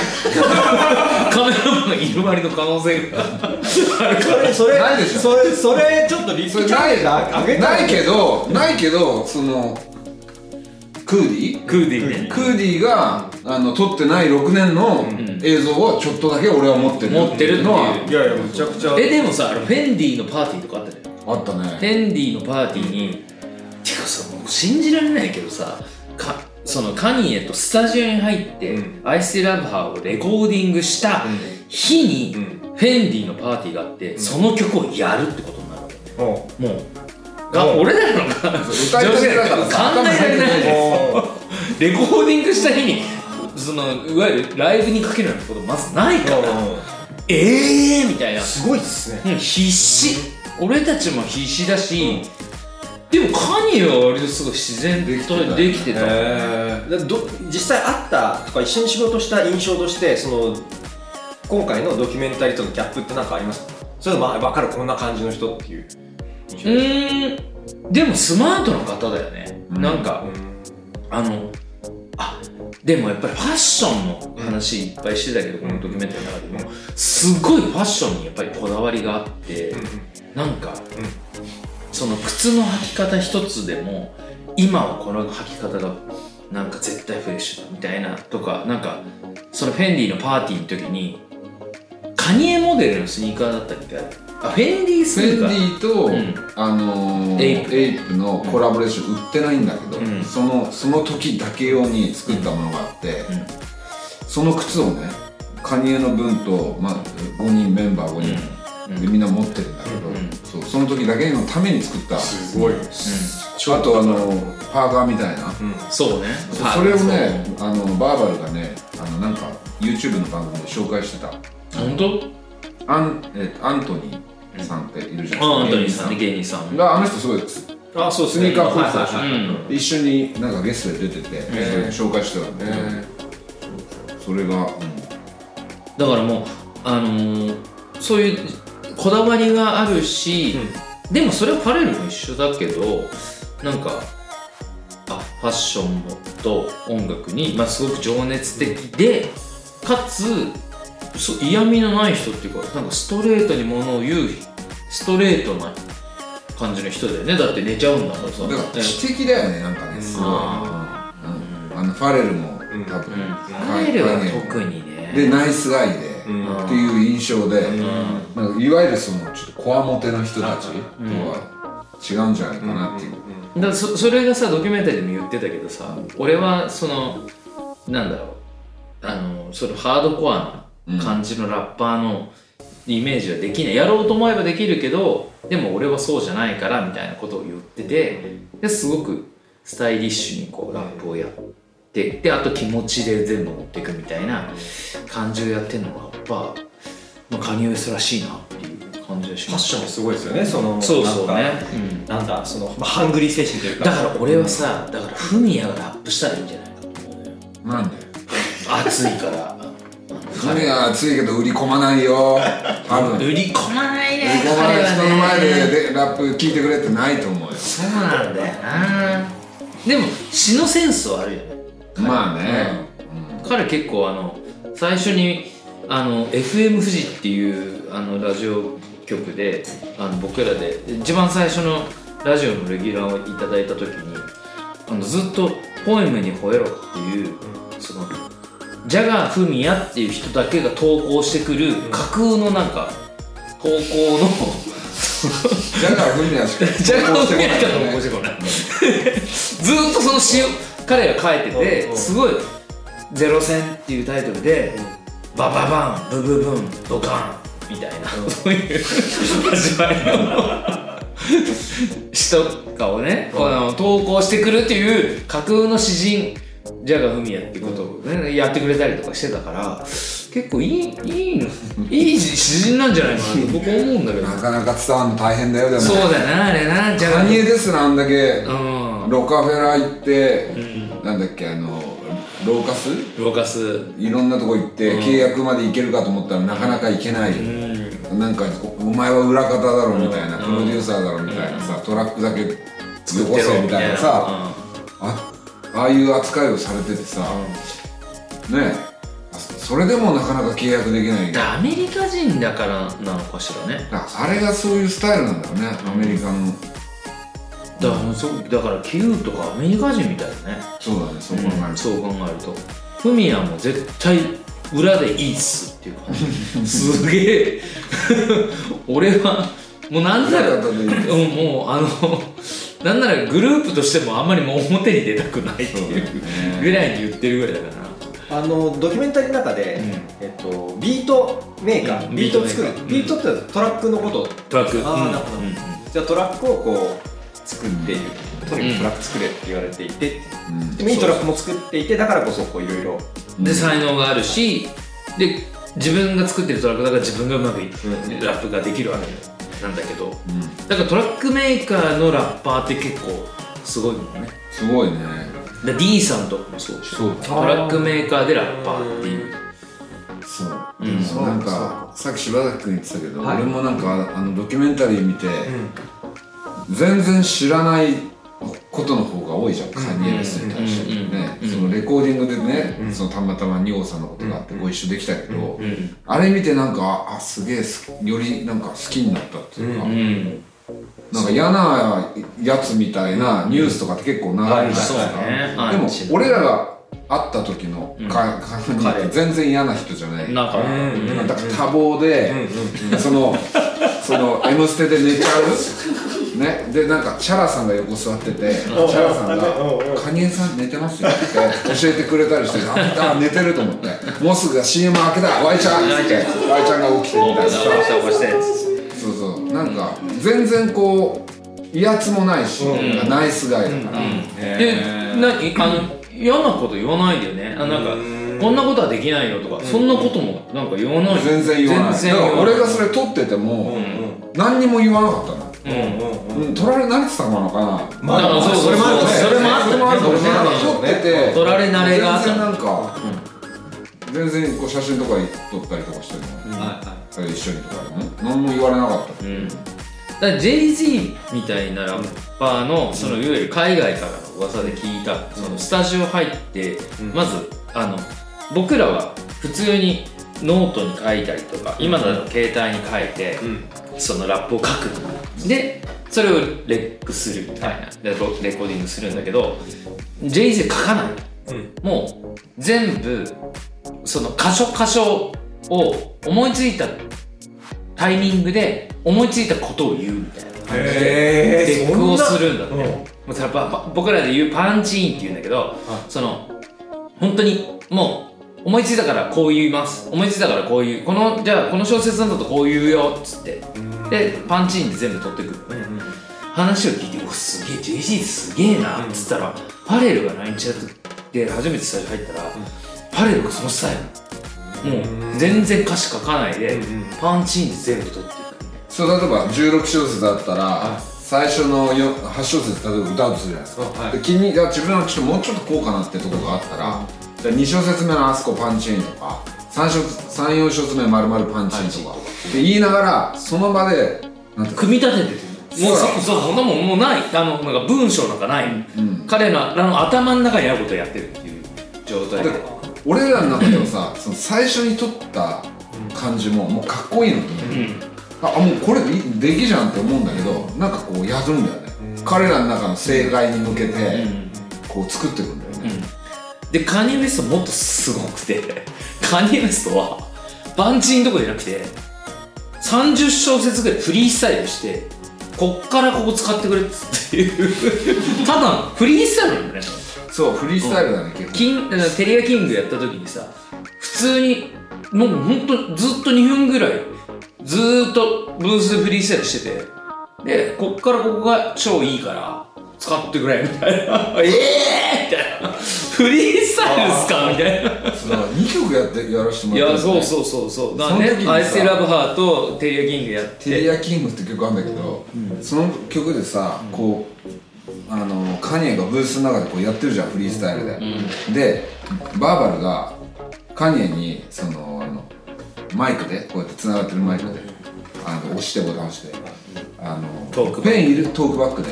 メラマンがイルマリの可能性があるかそれ、それないでしょそれ、それ、ちょっとリスそれクキャなリア上げいたないけどないけどそのクーディら。クーディーね。クーディがあの撮ってない6年のん映像をちょっとだけ俺は持ってる持ってるっていうのはいやいや、むちゃくちゃえでもさあのフェンディのパーティーとかあったねあったフねェンディのパーティーにてかさもう信じられないけどさかそのカニエとスタジオに入ってうん「アイスラブハー」をレコーディングしたうん日にうフェんンディのパーティーがあってその曲をやるってことになるわけねおうもうがうん俺らのが歌い手だからさ考えられない頭お うレコーディングした日にそのいわゆるライブにかけるなんてことまずないからええーみたいなすごいっすねうん必死俺たちも必死だし、でもカニエは割とすごい自然とできてただど実際会ったとか一緒に仕事した印象としてその今回のドキュメンタリーとのギャップって何かありますかそれともまあ分かるこんな感じの人っていう印う象ですーんでもスマートな方だよね、うんなんかあのあでもやっぱりファッションの話いっぱいしてたけど、このドキュメンタリーの中でもすごいファッションにやっぱりこだわりがあって、なんか、んその靴の履き方一つでも今はこの履き方がなんか絶対フレッシュだみたいなとかなんかそのフェンディのパーティーの時にカニエモデルのスニーカーだったっけあフェンディスフニェンーカデーィと、うんあのーエイプエイプのコラボレーション売ってないんだけど、うんそのその時だけ用に作ったものがあって、んその靴をねカニエの分と、まあ、5人メンバー5人、うんでみんな持ってるんだけど、うんそうその時だけのために作ったすごいあとあのパーカーみたいな、そうねそうそれをねあのバーバルがねあのなんか YouTube の番組で紹介してた本当アン,、えっとアントニーさんっているじゃあアないントニーさんね芸芸人さん人があの人すごいあそうスニーカーコースはいはいはいうん一緒になんかゲストで出てて、へー紹介してたんで、それが、うだからもうあのーそういうこだわりがあるし、でもそれはパレルも一緒だけどなんかあファッションもと音楽に、まあ、すごく情熱的でかつそう嫌味のない人っていうかなんかストレートにものを言うストレートな感じの人だよねだって寝ちゃうんだからさん、だから知的だよねなんかねすごい、うんあうんあのファレルもん多分、うんパレルは特にねでナイスガイで、うんっていう印象で、うんなんかいわゆるそのちょっとこわもての人たちとは違うんじゃないかなっていう、だからそそれがさドキュメンタリーでも言ってたけどさ俺はそのなんだろうあのそのハードコアな感じのラッパーのイメージはできないやろうと思えばできるけどでも俺はそうじゃないからみたいなことを言っててですごくスタイリッシュにこうラップをやってであと気持ちで全部持っていくみたいな感じをやってるのがやっぱ、まあ、カニウエストらしいなっていう感じがしファまッすションもすごいですよねそのそうそうなねんか、うんなんだその、まあ、ハングリー精神というかだから俺はさだからフミヤがラップしたらいいんじゃないかと思うのよなんで暑いから髪が熱いけど売り込まないよ多分 売り込まないねね動かない人の前ででラップ聞いてくれってないと思うよそうなんだよなでも詩のセンスはあるよねまあね、彼結構あの最初にあの FM 富士っていうあのラジオ局であの僕らで一番最初のラジオのレギュラーをいただいた時にあのずっと「ポエムに吠えろ」っていうそのジャガーフミヤっていう人だけが投稿してくる架空のなんか投稿のジャガーフミヤしかジャガーフミヤしか投投稿稿ししててここなないいずーっとその詩を彼が書いてうてんうんすごい「ゼロ戦」っていうタイトルで「バババンブブブンドカン」みたいなそういう始まりの詩とかをねこの投稿してくるっていう架空の詩人ジャガーフミヤってことをねやってくれたりとかしてたから結構いいいいのいい詩人なんじゃないかなと僕は思うんだけどなかなか伝わるの大変だよで もそうだよなあれなジャガカニエーですらあんだけうんロカフェラ行って、なんだっけあのローカスローカスいろんなとこ行って、契約まで行けるかと思ったらなかなか行けない、なんかお前は裏方だろみたいな、プロデューサーだろみたいなさ、トラックだけよこせみたいなさ、あああいう扱いをされててさ、ねえあそれでもなかなか契約できないアメリカ人だからなのかしらねああれがそういうスタイルなんだろうねアメリカのだからもうそうだからキューとかアメリカ人みたいだね、そうだねそう考えると、そう考えるとフミヤも絶対裏でいいっすっていう感じすげえ 俺はもうなんなら裏方でいいっすうんもうあのなんならグループとしてもあんまりもう表に出たくないっていうぐらいに言ってるぐらいだからあのドキュメンタリーの中で、うんえっと、ビートメーカー、うんビートを作るビビーートトメってトラックのことトラックあーなるほどうんうんじゃあトラックをこう作っているとにかくトラック作れって言われていて、うんでもいいトラックも作っていてだからこそこういろいろで才能があるしで自分が作ってるトラックだから自分がうまくいんラップができるわけなんだけどうんだからトラックメーカーのラッパーって結構すごいもんねすごいねで D さんとかもそうでしょそうトラックメーカーでラッパーっていうそう、うんでもそうなんかさっき柴崎君言ってたけど、はい俺もなんかあのドキュメンタリー見て、う全然知らないことの方が多いじゃん、カニエレスに対してうんね、うんそのレコーディングでね、そのたまたま二王さんのことがあってご一緒できたけど、うんあれ見てなんかあすげえすよりなんか好きになったっていうか、うんなんか嫌なやつみたいなニュースとかって結構流れたりとそうか、ねでもアンチ俺らが会った時のカカニエって全然嫌な人じゃないなんかうんうんなんか多忙で、そのその「M ステ」で寝ちゃうねでなんかチャラさんが横座っててチャラさんが「カニエさん寝てますよ」って教えてくれたりして「ああ寝てる」と思って「もうすぐが CM 明けだワイちゃん」っつってワイちゃんが起きてみたいなさそうそうなんか全然こう威圧もないし、なんかナイスガイだから、で何あの嫌なこと言わないんだよねあなんかこんなことはできないよとかそんなこともなんか言わない全然言わない全然だ言かわらない俺がそれ撮ってても、何にも言わなかったの、んうんうんうん、撮られ慣れてたのかなまだからそうそうねそれもああっっててもあもあるかるかももししれないれない撮ってて撮られ慣れがあった全然なんか、全然こう写真とか撮ったりとかしても、はいはい一緒にとかでも何も言われなかった、うんだから JZ みたいなラッパーのそのいわゆる海外からの噂で聞いたそのスタジオ入ってまずあの僕らは普通にノートに書いたりとか今なら携帯に書いてそのラップを書くでそれをレックするみたいなでレコレコーディングするんだけど JZ 書かないもう全部その箇所箇所を思いついたタイミングで思いついたことを言うみたいな感じでへレックをするんだって、うんもうそれパパ僕らで言うパンチインって言うんだけどその本当にもう思いついたからこう言います思いついたからこういうこのじゃあこの小説なんだとこう言うよっつってでパンチインで全部取ってくる話を聞いて「うわすげえ JG すげえな」っつったら、パレルが来日やって初めてスタジオ入ったら、パレルがそのスタイルもう全然歌詞書かないで、パンチインで全部取っていくそう例えば16小節だったら、最初のよ8小節例えば歌うとするじゃないですか、あはいで気にいや自分はちょっともうちょっとこうかなってとこがあったら、じゃあ2小節目のあそこパンチインとか34小節目まるまるパンチインとか、って言いながらその場でなんていうの組み立てててもうそそうそうそんなもんもうないあのなんか文章なんかない、ん彼のあの頭の中にあることをやってるっていう状態で俺らの中では さその最初に撮った感じももうかっこいいのと思ううんああもうこれいいできじゃんって思うんだけどなんかこうやるんだよね彼らの中の正解に向けてこう作っていくんだよねでカニエ・ウェストもっとすごくてカニエ・ウェストはバンチンとこじゃなくて30小節ぐらいフリースタイルしてこっからここ使ってくれっつっていうただのフリースタイルなんだよねそうフリースタイルだね結構キンあのテリアキングやった時にさ普通にもうほんとずっと2分ぐらいずーっとブースでフリースタイルしててでこっからここが超いいから使ってくれみたいな ええー、みたいなフリースタイルっすかみたいなそうだから2曲やってやらせてもいらったやんだよそねうそうそうそうだかそのら時にね「さアイスラブハー」と「テリアキング」やっテリてアキングって曲あるんだけど、その曲でさ、こうあのカニエがブースの中でこうやってるじゃんフリースタイルで、でバーバルがカニエにそのあのマイクでこうやってつながってるマイクであの押してボタン押してあのトークバックペンいるトークバックで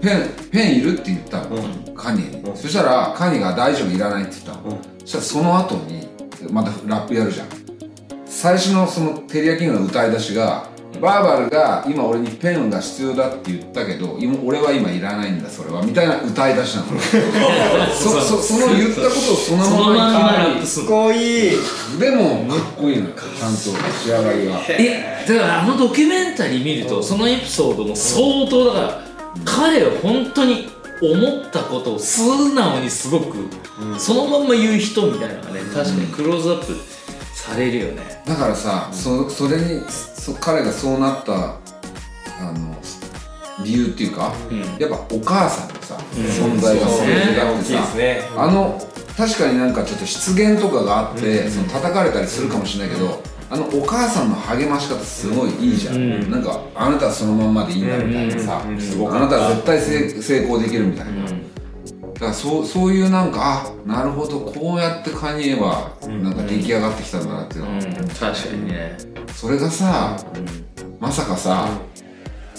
ペンペンいるって言ったの、カニエに、そしたらカニエが大丈夫いらないって言ったの、そしたらその後にまたラップやるじゃん最初のそのテリアキングの歌い出しがバーバルが今俺にペンが必要だって言ったけど今俺は今いらないんだそれはみたいな歌い出しなのそそその言ったことをそのそのまままんまラップすするごいでもかっこいいのよちゃんと仕上がりがえだからあのドキュメンタリー見るとそのエピソードも相当だから彼は本当に思ったことを素直にすごくそのまんま言う人みたいなのがね確かにクローズアップされるよねだからさそそれにそ彼がそうなったあの理由っていうか、うんやっぱお母さんのさ、存在がすごいそう大大きくきいてでさすねあの確かになんかちょっと失言とかがあって、その叩かれたりするかもしれないけど、あのお母さんの励まし方すごいいいじゃん、うんなんかあなたはそのまんまでいいんだみたいなさ、うんうんあなたは絶対成成功できるみたいな、だからそうそういうなんかあなるほどこうやってカニエはなんか出来上がってきたんだなっていうのは、確かにねそれがさ、まさかさ、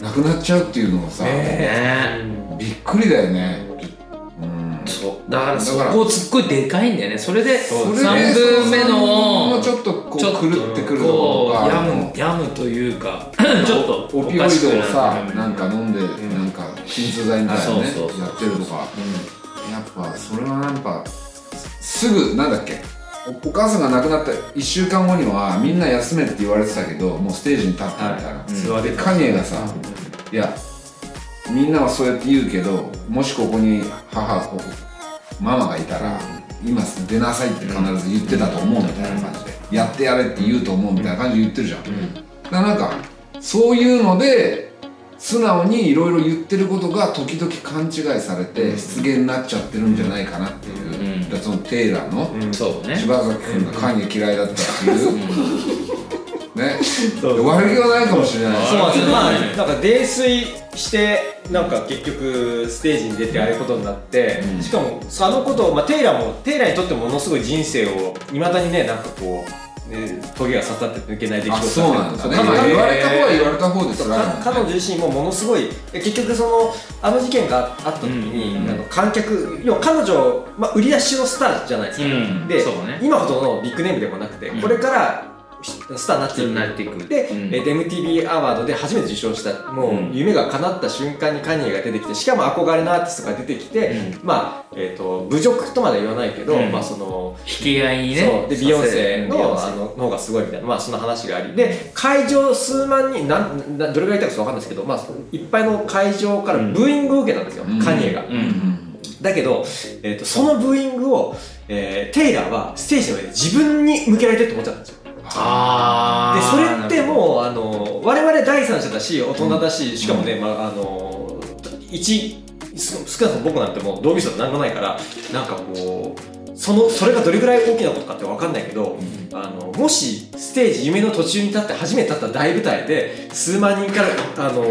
なくなっちゃうっていうのはさ、ねねびっくりだよねうんそうだからだそからこすっごいでかいんだよねそれでそれで3分目ものうちょっとこうちょっと狂ってくるとこころうがやむやむというかちょっとオピオイドをさなんか飲んで、なんか鎮痛剤みたいなねあそうそうそうやってるとか、やっぱそれはなんかすぐなんだっけおお母さんが亡くなった1週間後にはみんな休めって言われてたけどもうステージに立ったみたいな、座れでカニエがさ、いやみんなはそうやって言うけどもしここに母ここママがいたら今すぐ出なさいって必ず言ってたと思うみたいな感じで、やってやれって言うと思うみたいな感じで言ってるじゃん、だからなんかそういうので素直にいろいろ言ってることが時々勘違いされて失言になっちゃってるんじゃないかなっていう、うんだからそのテイラーのそうね柴崎君がカニエ嫌いだったって いう、ねそうで悪気はないかもしれないそうなんですよまあうんなんか泥酔してなんか結局ステージに出てああいうことになって、しかもそのことを、まあ、テイラーもテイラーにとってものすごい人生をいまだにねなんかこう、ね、棘が刺さって抜けない出来あ事そうなんですね言彼わ女れた方は言われた方でそすうらか彼女自身もものすごいえ結局そのあの事件があった時に、うんなんか観客要は彼女、まあ、売り出しのスターじゃないですか、うんで、そうね今ほどのビッグネームでもなくて、うんこれからしスターになっていなくっていくで、うんえーと MTV アワードで初めて受賞したもうんう夢が叶った瞬間にカニエが出てきてしかも憧れのアーティストが出てきて、うまあ、えー、と侮辱とまでは言わないけど、うんまあその引き合いにねそうでビヨンセビヨのンセあのの方がすごいみたいな、まあ、その話がありで会場数万人なんなどれぐらいいたかちょっと分かんないですけど、まあ、いっぱいの会場からブーイングを受けたんですよ、うんカニエが、うんだけど、えー、とそのブーイングを、えーテイラーはステージの上で自分に向けられてると思っちゃったんですよあでそれあってもうあの我々第三者だし大人だし、しかもね、まあ、あの一す少なくとも僕なんてもう同義者なんもないからなんかこうそのそれがどれぐらい大きなことかって分かんないけど、あのもしステージ夢の途中に立って初めて立った大舞台で数万人からあの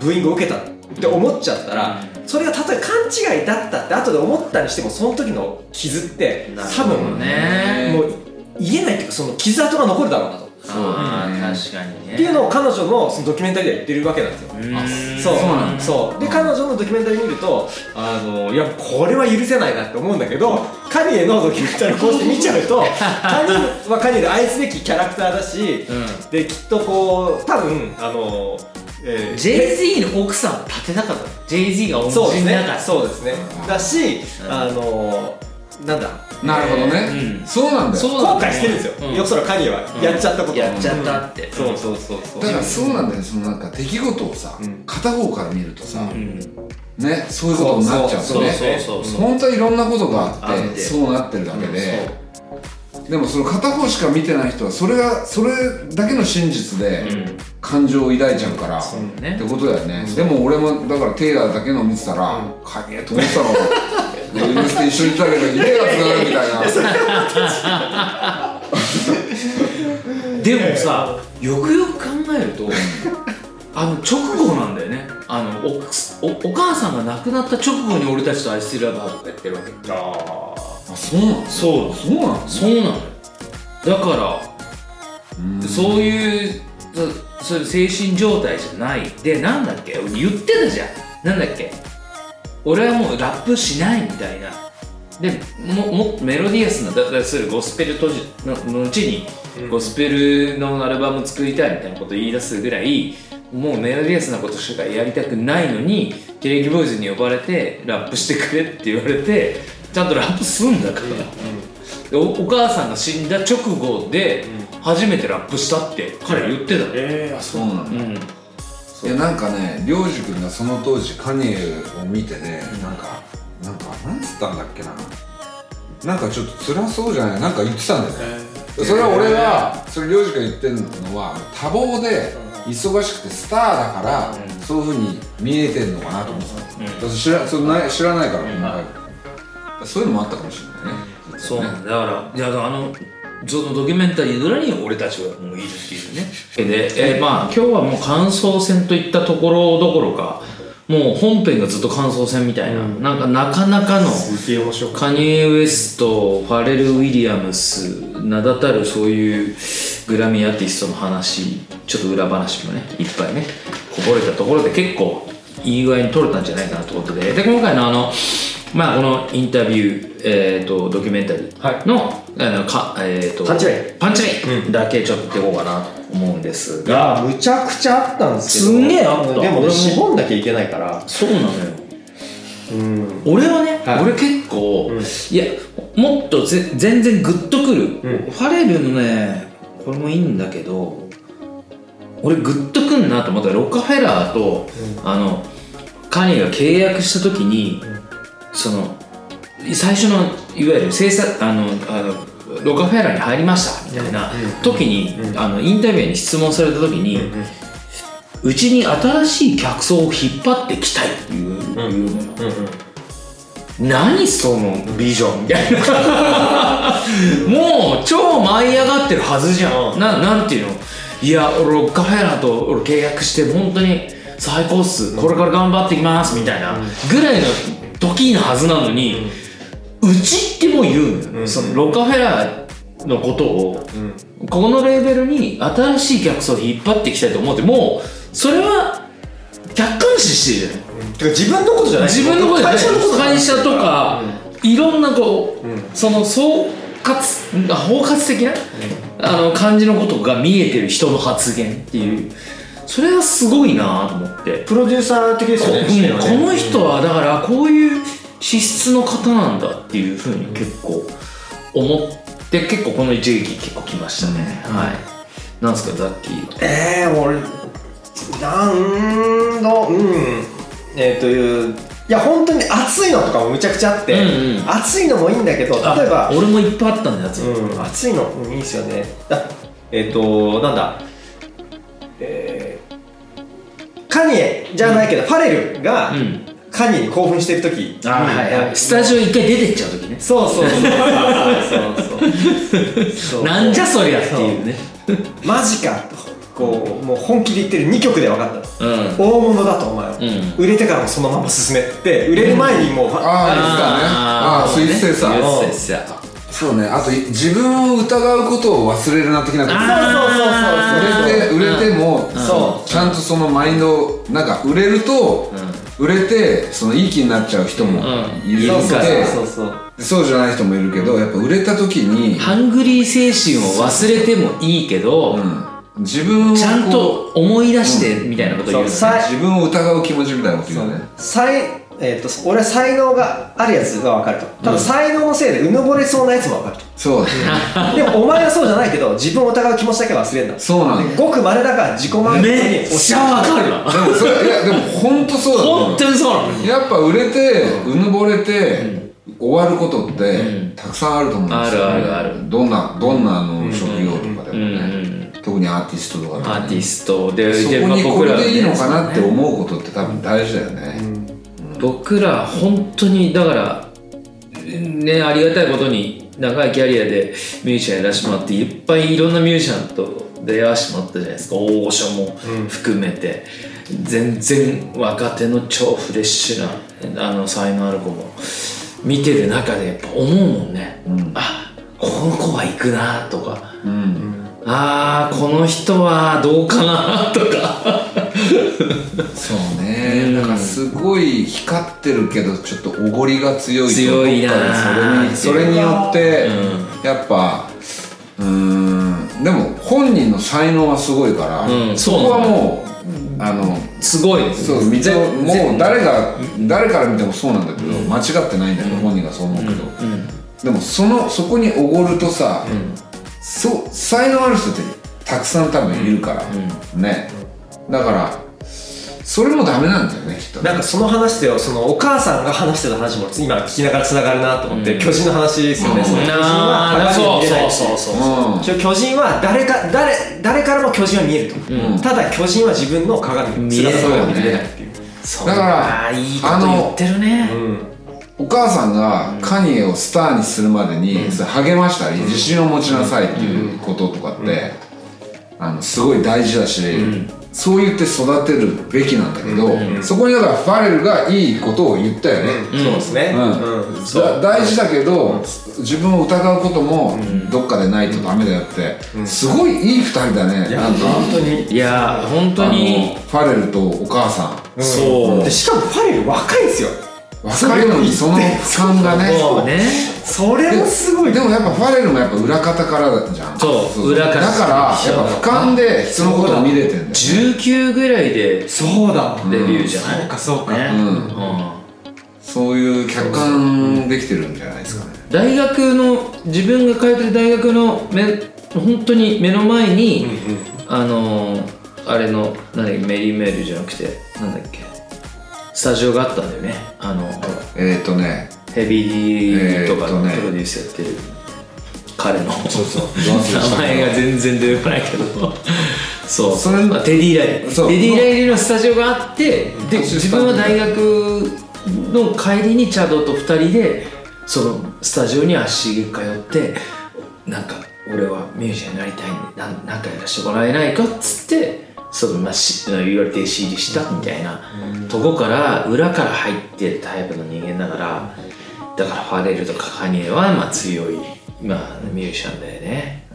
ブーイングを受けたって思っちゃったら、それがたとえ勘違いだったって後で思ったにしてもその時の傷ってなる多ほど分ねもう言えないっていうかその傷跡が残るだろうなと。そうだねあー確かにねっていうのを彼女のそのドキュメンタリーで言ってるわけなんですようーんそうそうなんだそうで彼女のドキュメンタリー見るとあのいやこれは許せないなって思うんだけどカニエのドキュメンタリーをこうして見ちゃう とカニエはカニエで愛すべきキャラクターだし、うできっとこう多分あの、えー JZ の奥さん立てなかった JZ が恩そうで人すだねか。らそうですね。だし、うんあのなんだ。なるほどね、うんそうなんだような後んだ悔よしてるんですよ。うんよそらカニエはやっちゃったこと。やっちゃったってそうそうそうそう。だからそうなんだよそのなんか出来事をさ、うん片方から見るとさ、うんねそういうことになっちゃうとそうねそうそうそう本当はいろんなことがあってあってそうなってるだけで、でもその片方しか見てない人はそれがそれだけの真実でうん感情を抱いちゃうから、うねってことだよね、でも俺もだからテイラーだけの見てたら「かげえ」と思ってたの「でウイルスで一緒に行ったけど家がつながる」みた いなでもさよくよく考えると あの直後なんだよねあのおおお母さんが亡くなった直後に俺たちと愛してるラバーとかやってるわけああそうなのそうそうなのそうなのよだからうんそういうそそういう精神状態じゃないでなんだっけ俺言ってたじゃんなんだっけ俺はもうラップしないみたいなでももっとメロディアスなだだするゴスペルとじのの後にうんゴスペルのアルバム作りたいみたいなことを言い出すぐらいもうメロディアスなことしかやりたくないのにテレビボーイズに呼ばれてラップしてくれって言われてちゃんとラップすんだから、でおお母さんが死んだ直後で初めてラップしたって彼言ってたのええあそうなのうんいやなんかね良く君がその当時カニエを見てね、なんかなんかなんつったんだっけななんかちょっと辛そうじゃないなんか言ってたんだよね、それは俺がそれ良く君が言ってるのは多忙で忙しくてスターだから、そういうふうに見えてんのかなと思ってた、だから知らそれない知らないから、細かいことだからそういうのもあったかもしれないねそうなんだだからいやだからあのそのドキュメンタリーの裏に俺たちはもういるっていうねで、えーまあ今日はもう感想戦といったところどころかもう本編がずっと感想戦みたいな、なんかなかなかのすげえ面白かっカニエ・ウエストファレル・ウィリアムス名だたるそういうグラミーアーティストの話ちょっと裏話もねいっぱいねこぼれたところで結構いい具合に取れたんじゃないかなということでで今回のあのまあこのインタビュー、えー、とドキュメンタリーの,、あのかえー、とパンチライパンチラインだけちょっと出こうかなと思うんですた。いがやむちゃくちゃあったんですけど。すんげえあったでも俺ねも絞んなきゃいけないから。そうなのようん。俺はね、はい俺結構、うんいやもっとぜ全然グッとくる、うフんァレルのねこれもいいんだけど俺グッとくんなと思ったらロッカフェラーと、あのカニエが契約した時に、その最初のいわゆる制作あのあのロッカフェラーに入りましたみたいな時に、あのインタビューに質問された時に、うちに新しい客層を引っ張ってきたいっていう,、いうのようんうん。何そのビジョンみたいな もう超舞い上がってるはずじゃん、うんななんていうのいや俺ロッカフェラーと俺契約して本当に最高っす、これから頑張ってきますみたいなぐらいの時のはずなのに、うちってもう言うのよ、んそのロッカフェラーのことを、んここのレーベルに新しい客層を引っ張っていきたいと思ってもうそれは客観視してるじゃんてか自分のことじゃない。自分のこと会社のことじゃない会社とか、いろんなこう、うんその総括あ包括的な、あの感じのことが見えてる人の発言っていうそれはすごいなと思って、プロデューサー的ですよね。うんこの人はだからこういう資質の方なんだっていうふうに結構思って結構この一撃結構きましたね、はいなんですかザッキーえー、俺なんのうんえー、といういや本当に暑いのとかもむちゃくちゃあって、うんうん暑いのもいいんだけど例えあば、俺もいっぱいあったんだやつ、うん、暑いのうんいいですよねだえっ、となんだえー、カニエじゃないけど、ファレルが、うんカニエに興奮してる時あはいはいスタジオ一回出てっちゃう時ねそうそうそうそうそうなんじゃそりゃっていうねマジかとこうもう本気で言ってる2曲で分かったのうん大物だとお前は、う売れてからもそのまま進めって売れる前にもう、あーあ言ってたねああスイス製さそうねうんスイス製さそうねあとい自分を疑うことを忘れるな的なことあー売れて売れてもも、そちゃんとそのマインドなんか売れると、売れてそのいい気になっちゃう人もいるそうのそうで、そうそうそうじゃない人もいるけどやっぱ売れた時に、ハングリー精神を忘れてもいいけど、うん、自分をちゃんこと思い出してみたいなこと言うよね、そうさう自分を疑う気持ちみたいなこと言うよね才えー、と俺は才能があるやつは分かるとただ才能のせいでうぬぼれそうなやつも分 かると、そうだねでもお前はそうじゃないけど自分を疑う気持ちだけは忘れんだそうなんだよごくまれだから自己満足めっちゃわかるわでもそれいやでも本当そうだと思本う当にそうなのやっぱ売れてうぬぼれて、終わることって、たくさんあると思うんですよ、あるあるあるどんなどんなあの職業とかでもうんね、うん特にアーティストとかだとアねーティストでそでこまあにこれでいいのかなって僕らはね思うことって多分大事だよね、僕ら本当にだからねありがたいことに長いキャリアでミュージシャンやらしてもらっていっぱいいろんなミュージシャンと出会わしてもらったじゃないですか大御所も含めて、全然若手の超フレッシュなあの才能ある子も見てる中でやっぱ思うもんね、あこの子は行くなとかうんあーこの人はどうかなとかそうね、うんなんかすごい光ってるけどちょっとおごりが強いと強いなどっかでそれにそれによって、やっぱうーんでも本人の才能はすごいから、うんそそうこはなのもうあのすごいですそう見てもう誰が誰から見てもそうなんだけど、間違ってないんだけど、本人がそう思うけど、うんでもそのそこにおごるとさ、そう才能ある人ってたくさん多分いるから、ねだからそれもダメなんだよねきっとねなんかその話でそのお母さんが話してた話も今聞きながらつながるなと思って、うん巨人の話ですよね、その巨人はなあ鏡そうに見えなそそういううそううん巨人は誰か誰誰からも巨人は見えると、うんただ巨人は自分の鏡見えない姿が見れないっていう、そうだからあーいいこと言ってるねうん、お母さんがカニエをスターにするまでに、それ励ましたり自信を持ちなさいっていうこととかって、あのすごい大事だし、そう言って育てるべきなんだけど、そこにだからファレルがいいことを言ったよね、そうですね、うんうんだ大事だけど自分を疑うこともどっかでないとダメだよって、すごいいい二人だねいやなんか本当にいやー本当あにのファレルとお母さんそうでしかもファレル若いんですよ若いのにその負担がねそうねそれもすごいでも やっぱファレルもやっぱ裏方からじゃんそう裏だ方からやっぱ俯瞰で人のことを見れてんだよね19ぐらいでそうだデビューじゃないそうかそうか、ねうんうんそういう客観できてるんじゃないですかね大学の自分が通ってる大学のめ本当に目の前にあのーあれのなんだっけメリーメールじゃなくてなんだっけスタジオがあったんだよねあのえっ、ー、とねヘビーとかのえーっとねプロデュースやってる彼のそうそう名前が全然出てこないけどそうそれあテディ・ライリそーうテディ・ライリーのスタジオがあってで年下自分は大学の帰りにチャドと2人でそのスタジオに足しげく通ってなんか俺はミュージシャンになりたいんでなんなんかやらせてもらえないかっつってそのまあし言われて CD したみたいなとこから裏から入ってるタイプの人間だからだからファレルとかカニエはまあ強い、まあ、ミュージシャンだよね。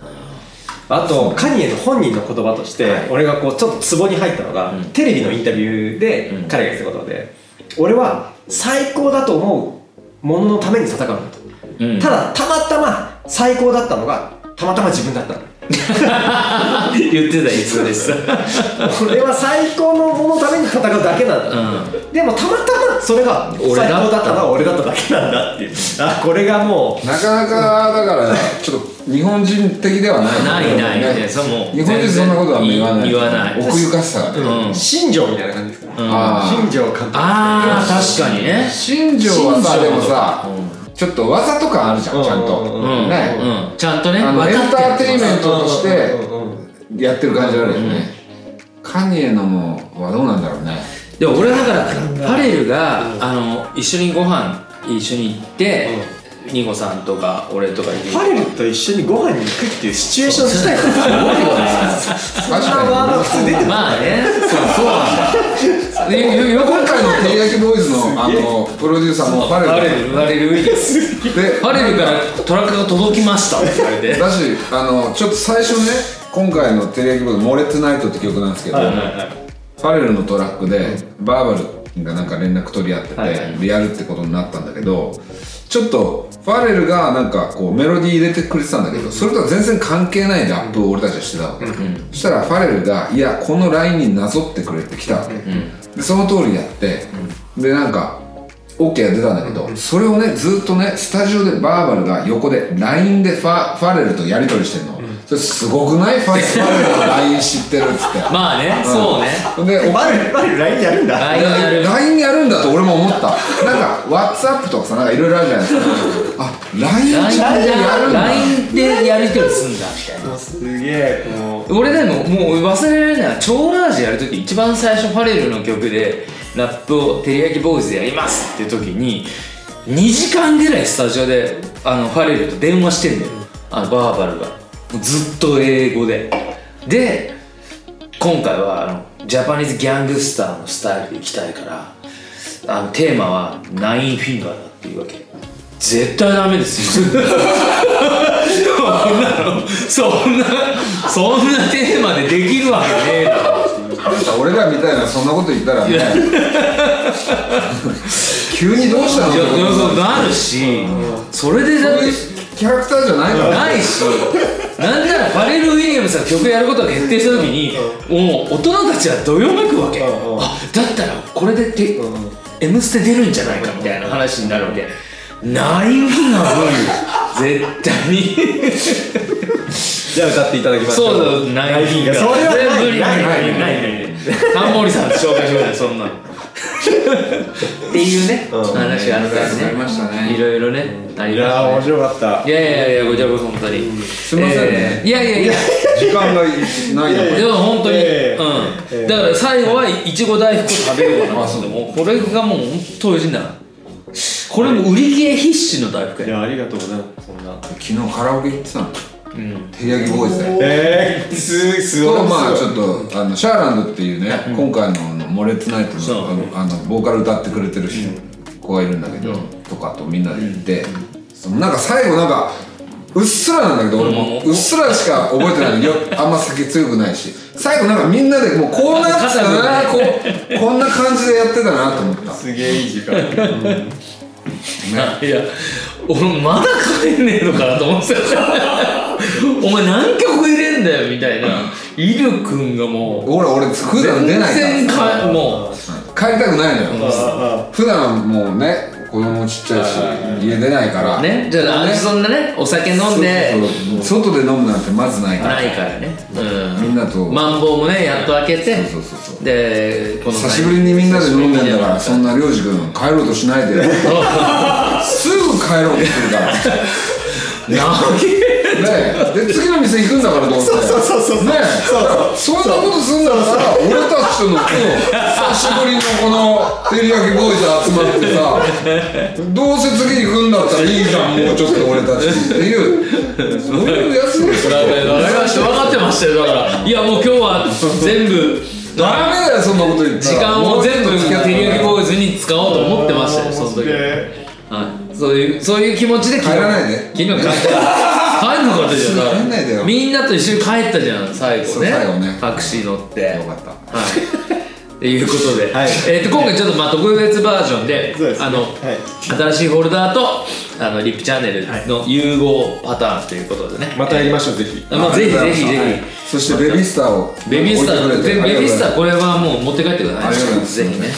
あとカニエの本人の言葉として、はい俺がこうちょっとツボに入ったのが、うんテレビのインタビューでうん彼が言ってたことで、俺は最高だと思うもののために戦うんだと、うんただたまたま最高だったのがたまたま自分だったの言ってたいつです。うん。俺は最高のもののために戦うだけなんだ、でもたまたまそれが最俺だ高っただったのは俺だっただけなんだっていうあこれがも うなかなかだからちょっと日本人的ではなないいないないねそれもう日本人そんなことは言わない言わない奥ゆかしさがねうん。新庄みたいな感じですから、あー新庄監督 あー確かにね。新庄はさ新で庄もとさかちょっと技とかあるじゃんちゃんうんとうんうん。ねうん。ちゃんとね。あの分エンタかーってテイるンメントとしてうんうんうんうんやってる感じあるよねカニエのもはどうなんだろうねでも俺はだからファレルが、あの一緒にご飯一緒に行って、ニゴさんとか俺とかいるファレルと一緒にご飯に行くっていうシチュエーション自体がすごいよね。確そんなワーかドが普通出てこない。まあね。そうそうなんだ。よよよくに今回のテリヤキボーイズのあのプロデューサーもファレルバだレルバレルウィリスでバレルからトラックが届きましたって言われてだしあのちょっと最初ね今回のテレビ局の「モレッツナイト」って曲なんですけど、ファレルのトラックで、バーバルがなんか連絡取り合ってて、はいはいやるってことになったんだけどちょっとファレルがなんかこうメロディー入れてくれてたんだけどそれとは全然関係ないラップを俺たちはしてたわけ、そしたらファレルが「いやこのラインになぞってくれ」って来たわけ、でその通りやって、でなんか OK が出たんだけど、それをねずっとねスタジオでバーバルが横で LINE でファファレルとやり取りしてんの、それすごくないファファレルの LINE 知ってるっつってまあね、んそうねでおバレル、バレル LINE やるんだ。ラインやる LINE やるんだと俺も思ったなんか WhatsApp とかさなんかいろいろあるじゃないですかあ LINE ちゃんでやるんだ LINE でやり取りすんだみたいなもうすげえ、もう。俺でももう忘れられないのは超ラージやるとき一番最初ファレルの曲でラップを「テリヤキボーイズでやります」っていう時に2時間ぐらいスタジオであのファレルと電話してんだよあのバーバルがもうずっと英語でで今回はあのジャパニーズギャングスターのスタイルでいきたいからあのテーマは「ナインフィンガー」だっていうわけ絶対ダメですよそんなのそんなそんなテーマでできるわけねえだろなんか俺らみたいなそんなこと言ったらね急にどうしたのいやってことそうなるしそれでだってキャラクターじゃないからないしなんならファレル・ウィリアムさんが曲やることが決定した時にもう大人たちはどよめくわけうんうんあだったらこれでて「M ステ」出るんじゃないかみたいな話になるわけない んだもんよ絶対にじゃあ歌っていただきましょ。そううだよないんだいやそれはない無理なないいないないないタンモリさん紹介してくださいそんなのっていうねうん話があったりありねましたねいろいろねありいまやー、したね面白かったい。やいやいやごちゃごちゃ本当にすいませんねいやいやいや時間がないいやいのやかでも本当に、えええうえん、だから最後はいちご大福を食べようかなと思ってもうこれがもう本当美味しいんだからこれも売り切れ必至の大福いやや、ありがとうございます。そんな。昨日カラオケ行ってたのうん照り焼きボーイズでえー、す、すごとい。まあちょっとあのシャーランドっていうね、今回のあの「モレッツナイトそうの」あのボーカル歌ってくれてる人、子がいるんだけど、とかとみんなで行って、そのなんか最後なんかうっすらなんだけど俺もうんうっすらしか覚えてないよあんま酒強くないし最後なんかみんなでもうこうなってたなこうこんな感じでやってたなと思ったすげえいい時間。うんいや俺まだ帰んねえのかなと思ってたお前何曲入れんだよみたいなイル君がもうほら俺普段出ない全然からかもう帰りたくないのよ、あ普段もうね子供ちっちゃいし家出ないからねじゃあ、ねそんなねお酒飲んでそうそうそう外で飲むなんてまずないからないからね、うん、みんなとマンボウもねやっと開けてそうそうそうそうでこの久しぶりにみんなで飲んでんだからそんなな涼く君帰ろうとしないで すぐ帰ろうとするからねで次の店行くんだからと思ってそうそうそうそうねそうそんなことすんだったら俺たちとの今日久しぶりのこの照り焼きボーイズ集まってさどうせ次に行くんだったらいいじゃんもうちょっと俺たちっていうそういうやつですよ分かってましたよだからいやもう今日は全部ダメ だよそんなこと言った時ら間を全部照り焼きボーイズに使おうと思ってましたよーその時すげえはいそういうそういう気持ちで帰らないで昨日帰っ た帰んなかったじゃんだから帰んないでよみんなと一緒に帰ったじゃん最後そうね最後ねタクシー 乗ってよかったはい。ということで、はいえーと今回ちょっとまあ特別バージョンで、そうですねあの、はい新しいフォルダーとあのリップチャンネルの融合パターンということでね。またやりましょう、ぜひ。あまあぜひぜひぜはいそしてベビースターをひ。ベビースタ置いー、てベくれてベビースタありがとうございますーこれはもう持って帰ってくださあい。りがとうございますぜひね、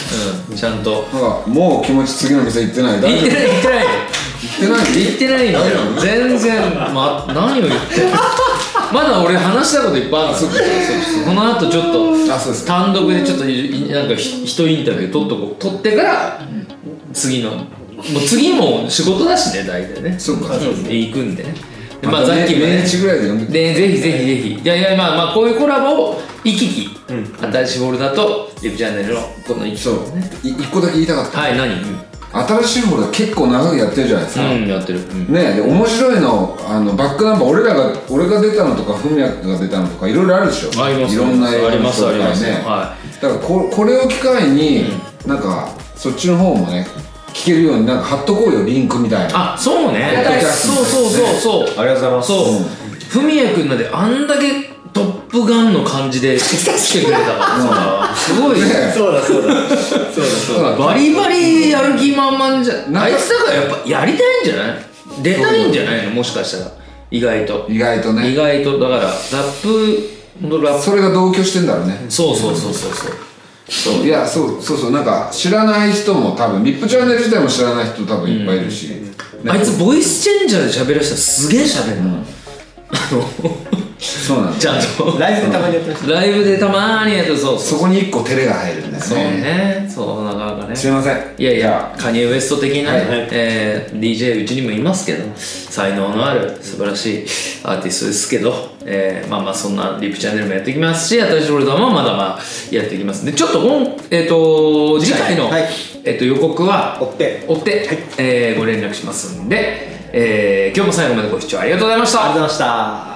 うん、ちゃんと。なんかもう気持ち次の店行ってない言大っ丈てない言ってない。夫行ってない言ってないのよ全然ま何を言ってんのまだ俺話したこといっぱいあるのそうそうこの後ちょっあそうとです単独でちょっといなんかひ人インタビュー撮っとこう撮ってから次のもう次も仕事だしね大体ねそうかん行くんでねで ままあたざっねきもね年一ぐらいで呼んででぜひぜひぜひいやいやまあまあこういうコラボを行き来、新しいフォルダとリブチャンネルのこの行き来そうい一個だけ言いたかったはい何新しい方で結構長くやってるじゃないですか、うんやってる、うんねで面白いのあのバックナンバー俺らが俺が出たのとか文也が出たのとかいろいろあるでしょありますいろんな映画ありますとかありますねはだからここれを機会に、なんかそっちの方もね聞けるようになんか貼っとこうよリンクみたいなあそうねポッドキャスそトうそうそうそうありがとうございますそうふみやくんなんであんだけトップガンの感じで来てくれたからさすごいねそうだそうだそうだそうだバリバリやる気満々じゃあいつだからやっぱやりたいんじゃない出たいんじゃないのもしかしたら意外と意外と意ね外とだからラップのラップそれが同居してんだろうねそうそうそうそうそういやそうそうそうなんか知らない人も多分リップチャンネル自体も知らない人多分いっぱいいるし、ねあいつボイスチェンジャーで喋らしたらすげえ喋るな、そうなんだちゃんとライブでたまにやってましライブでたまーにやってそうそそうこに一個照れが入るんだよねそうねそうなかなかねすいませんいやいじやゃカニエ・ウエスト的な、ねはいえー DJ うちにもいますけど才能のある素晴らしいアーティストですけど、えーまあまあそんなリップチャンネルもやっていきますし新しいボルダーもまだまあやっていきますんでちょっとこん、えー、と次回の、はいえー、と予告はた追って追って、えーご連絡しますんで、えー今日も最後までご視聴ありがとうございましたありがとうございました